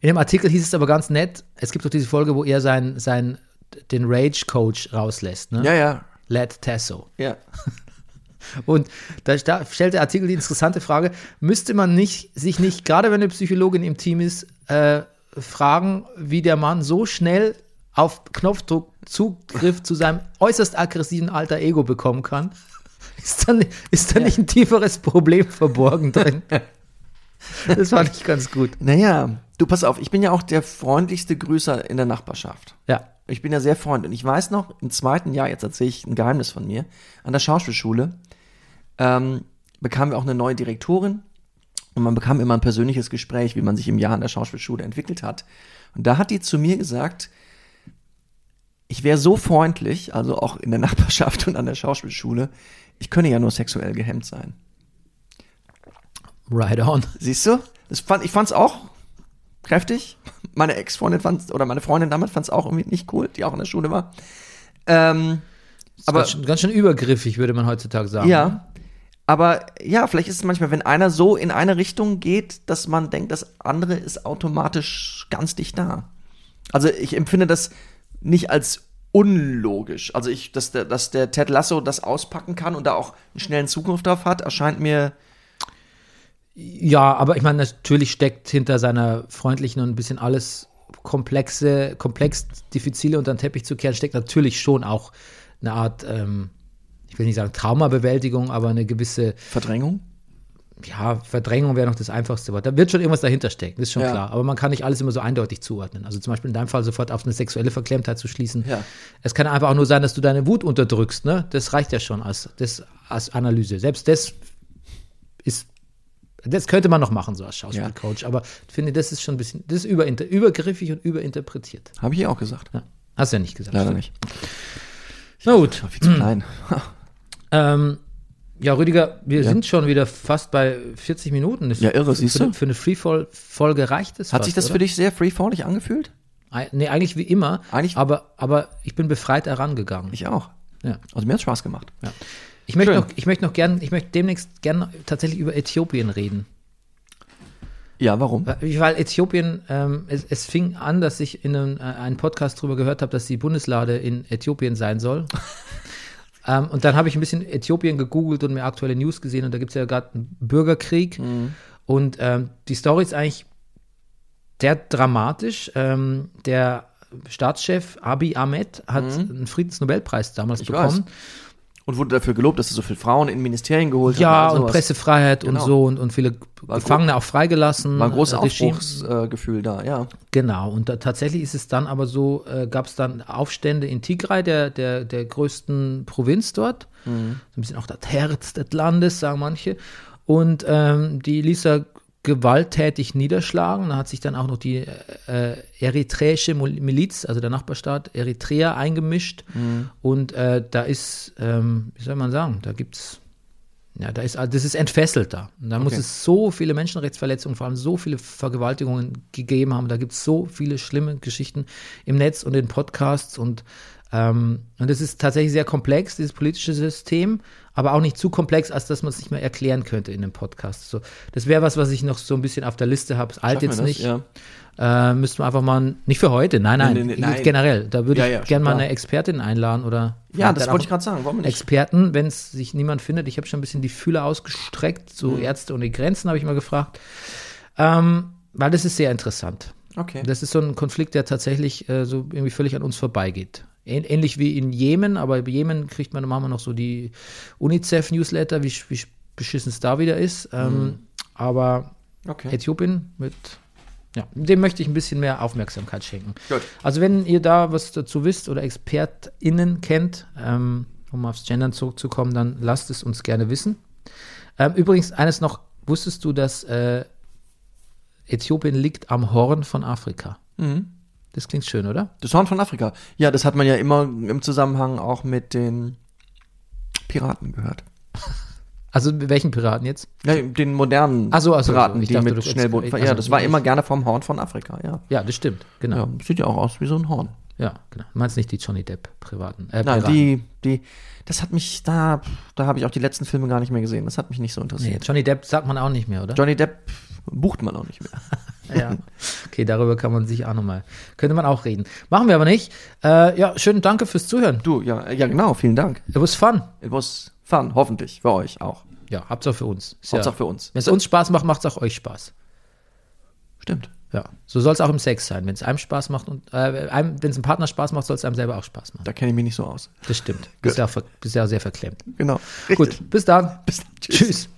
Speaker 1: in dem Artikel hieß es aber ganz nett, es gibt doch diese Folge, wo er sein, sein, den Rage-Coach rauslässt, ne?
Speaker 2: Ja, ja.
Speaker 1: Led Tasso.
Speaker 2: Ja.
Speaker 1: Und da, sta- stellt der Artikel die interessante Frage, müsste man nicht, sich nicht, gerade wenn eine Psychologin im Team ist, äh, fragen, wie der Mann so schnell auf Knopfdruck Zugriff zu seinem äußerst aggressiven alter Ego bekommen kann? Ist da, ni- ist da nicht ein tieferes Problem verborgen drin? Das fand ich ganz gut.
Speaker 2: Naja. Du, pass auf, ich bin ja auch der freundlichste Grüßer in der Nachbarschaft.
Speaker 1: Ja.
Speaker 2: Ich bin ja sehr freundlich. Und ich weiß noch, im zweiten Jahr, jetzt erzähle ich ein Geheimnis von mir, an der Schauspielschule ähm, bekamen wir auch eine neue Direktorin. Und man bekam immer ein persönliches Gespräch, wie man sich im Jahr an der Schauspielschule entwickelt hat. Und da hat die zu mir gesagt, ich wäre so freundlich, also auch in der Nachbarschaft und an der Schauspielschule, ich könne ja nur sexuell gehemmt sein.
Speaker 1: Right on.
Speaker 2: Siehst du? Das fand, ich fand's auch kräftig. Meine Ex-Freundin fand's, oder meine Freundin damals fand's auch irgendwie nicht cool, die auch in der Schule war. Ähm,
Speaker 1: Aber
Speaker 2: Aber-
Speaker 1: ganz, schön- ganz schön übergriffig, würde man heutzutage sagen.
Speaker 2: ja. Aber ja, vielleicht ist es manchmal, wenn einer so in eine Richtung geht, dass man denkt, das andere ist automatisch ganz dicht da. Also ich empfinde das nicht als unlogisch. Also ich, dass der, dass der Ted Lasso das auspacken kann und da auch einen schnellen Zugriff drauf hat, erscheint mir
Speaker 1: Ja, aber ich meine, natürlich steckt hinter seiner freundlichen und ein bisschen alles komplexe, komplex, diffizile unter den Teppich zu kehren, steckt natürlich schon auch eine Art, ähm, ich will nicht sagen Traumabewältigung, aber eine gewisse,
Speaker 2: Verdrängung.
Speaker 1: ja, Verdrängung wäre noch das einfachste Wort. Da wird schon irgendwas dahinter stecken, ist schon
Speaker 2: Ja.
Speaker 1: klar. Aber man kann nicht alles immer so eindeutig zuordnen. Also zum Beispiel in deinem Fall sofort auf eine sexuelle Verklemmtheit zu schließen.
Speaker 2: Ja.
Speaker 1: Es kann einfach auch nur sein, dass du deine Wut unterdrückst, ne? Das reicht ja schon als, das, als Analyse. Selbst das ist, das könnte man noch machen, so als Schauspielcoach. Aber ich finde, das ist schon ein bisschen, das ist überinter, übergriffig und überinterpretiert.
Speaker 2: Habe ich ihr auch gesagt.
Speaker 1: Ja. Hast du ja nicht gesagt.
Speaker 2: Leider
Speaker 1: stimmt.
Speaker 2: nicht. Hm.
Speaker 1: Na gut.
Speaker 2: War viel zu klein.
Speaker 1: Ähm, ja, Rüdiger, wir sind schon wieder fast bei 40 Minuten. Das-
Speaker 2: Ja, irre, siehst
Speaker 1: für,
Speaker 2: du?
Speaker 1: Für eine Freefall-Folge reicht es
Speaker 2: Hat
Speaker 1: fast,
Speaker 2: sich das
Speaker 1: oder?
Speaker 2: für dich sehr freefallig angefühlt?
Speaker 1: Ei- Nee, eigentlich wie immer.
Speaker 2: Eigentlich-
Speaker 1: aber, aber ich bin befreit herangegangen.
Speaker 2: Ich auch.
Speaker 1: Ja.
Speaker 2: Also mir hat Spaß gemacht.
Speaker 1: Ja. Ich möchte
Speaker 2: Schön.
Speaker 1: noch, ich möchte noch gern, ich möchte demnächst gern tatsächlich über Äthiopien reden.
Speaker 2: Ja, warum?
Speaker 1: Weil weil Äthiopien, ähm, es, es fing an, dass ich in einem, äh, einem Podcast drüber gehört habe, dass die Bundeslade in Äthiopien sein soll. ähm, und dann habe ich ein bisschen Äthiopien gegoogelt und mir aktuelle News gesehen und da gibt es ja gerade einen Bürgerkrieg.
Speaker 2: Mhm.
Speaker 1: Und ähm, die Story ist eigentlich sehr dramatisch. Ähm, der Staatschef Abiy Ahmed hat einen Friedensnobelpreis damals
Speaker 2: Mhm. Ich
Speaker 1: bekommen.
Speaker 2: weiß. Und wurde dafür gelobt, dass du so viele Frauen in Ministerien geholt
Speaker 1: Ja,
Speaker 2: hast. Also all
Speaker 1: und
Speaker 2: sowas.
Speaker 1: Pressefreiheit und
Speaker 2: Genau.
Speaker 1: so und, und viele
Speaker 2: War
Speaker 1: Gefangene auch freigelassen.
Speaker 2: War ein großes
Speaker 1: äh, Regime-
Speaker 2: Aufbruchsgefühl da, ja.
Speaker 1: Genau, und da, tatsächlich ist es dann aber so, äh, gab es dann Aufstände in Tigray, der, der, der größten Provinz dort. So ein bisschen auch das Herz des Landes, sagen manche. Und ähm, die Lisa gewalttätig niederschlagen. Da hat sich dann auch noch die äh, eritreische Mil- Miliz, also der Nachbarstaat Eritrea, eingemischt. Und äh, da ist, ähm, wie soll man sagen, da gibt's ja, da ist, ah, das ist entfesselt da. Und da muss
Speaker 2: Okay.
Speaker 1: es so viele Menschenrechtsverletzungen, vor allem so viele Vergewaltigungen gegeben haben. Da gibt es so viele schlimme Geschichten im Netz und in Podcasts und ähm, und es ist tatsächlich sehr komplex, dieses politische System, aber auch nicht zu komplex, als dass man es nicht mehr erklären könnte in einem Podcast. So, das wäre was, was ich noch so ein bisschen auf der Liste habe. Es alt
Speaker 2: Schaffen wir
Speaker 1: jetzt
Speaker 2: das?
Speaker 1: nicht.
Speaker 2: Ja.
Speaker 1: Äh, müssten wir einfach mal, nicht für heute, nein, nein,
Speaker 2: Nee, nee, nee, nein.
Speaker 1: generell. Da würde
Speaker 2: Ja,
Speaker 1: ich
Speaker 2: ja, schon
Speaker 1: gerne mal
Speaker 2: klar.
Speaker 1: eine Expertin einladen oder.
Speaker 2: Ja,
Speaker 1: vielleicht
Speaker 2: das
Speaker 1: dann
Speaker 2: wollte
Speaker 1: auch-
Speaker 2: ich gerade sagen. Warum nicht?
Speaker 1: Experten, wenn es sich niemand findet. Ich habe schon ein bisschen die Fühler ausgestreckt, so Ärzte ohne Grenzen habe ich mal gefragt, ähm, weil das ist sehr interessant.
Speaker 2: Okay.
Speaker 1: Das ist so ein Konflikt, der tatsächlich äh, so irgendwie völlig an uns vorbeigeht. Ähn ähnlich wie in Jemen, aber in Jemen kriegt man manchmal noch so die UNICEF-Newsletter, wie, sch- wie sch- beschissen es da wieder ist. Ähm, Aber
Speaker 2: Okay.
Speaker 1: Äthiopien mit, ja, dem möchte ich ein bisschen mehr Aufmerksamkeit schenken.
Speaker 2: Gut.
Speaker 1: Also wenn ihr da was dazu wisst oder ExpertInnen kennt, ähm, um aufs Gendern zurückzukommen, dann lasst es uns gerne wissen. Ähm, übrigens, eines noch, wusstest du, dass äh, Äthiopien liegt am Horn von Afrika?
Speaker 2: Mhm.
Speaker 1: Das klingt schön, oder?
Speaker 2: Das Horn von Afrika. Ja, das hat man ja immer im Zusammenhang auch mit den Piraten gehört.
Speaker 1: Also mit welchen Piraten jetzt?
Speaker 2: Ja, den modernen
Speaker 1: Ach so, ach so,
Speaker 2: Piraten,
Speaker 1: ich
Speaker 2: die
Speaker 1: dachte,
Speaker 2: mit
Speaker 1: du-
Speaker 2: Schnellbooten.
Speaker 1: ach so,
Speaker 2: ja, das war
Speaker 1: ich-
Speaker 2: immer gerne vom Horn von Afrika. Ja.
Speaker 1: Ja, das stimmt, genau.
Speaker 2: ja, sieht ja auch aus wie so ein Horn.
Speaker 1: Ja, genau. Du meinst nicht die Johnny Depp-Privaten? Äh,
Speaker 2: Nein,
Speaker 1: Piraten.
Speaker 2: die, die, das hat mich da, da habe ich auch die letzten Filme gar nicht mehr gesehen. Das hat mich nicht so
Speaker 1: Nee,
Speaker 2: interessiert.
Speaker 1: Johnny Depp sagt man auch nicht mehr, oder?
Speaker 2: Johnny Depp bucht man auch nicht mehr.
Speaker 1: Ja. Okay, darüber kann man sich auch nochmal, könnte man auch reden. Machen wir aber nicht. Äh, ja, schönen Danke fürs Zuhören.
Speaker 2: Du, ja, ja genau, vielen Dank.
Speaker 1: It was fun.
Speaker 2: It was fun, hoffentlich, für euch auch.
Speaker 1: Ja, habt's auch für uns. Ist
Speaker 2: Hauptsache
Speaker 1: ja,
Speaker 2: für uns.
Speaker 1: Wenn es uns Spaß macht, macht's auch euch Spaß.
Speaker 2: Stimmt.
Speaker 1: Ja, so soll's auch im Sex sein. Wenn es einem Spaß macht und äh, einem, wenn es einem Partner Spaß macht, soll's einem selber auch Spaß machen.
Speaker 2: Da kenne ich mich nicht so aus.
Speaker 1: Das stimmt. Bist ja, ver- bist ja sehr verklemmt.
Speaker 2: Genau.
Speaker 1: Gut, bis dann.
Speaker 2: Bis dann. Tschüss.
Speaker 1: Tschüss.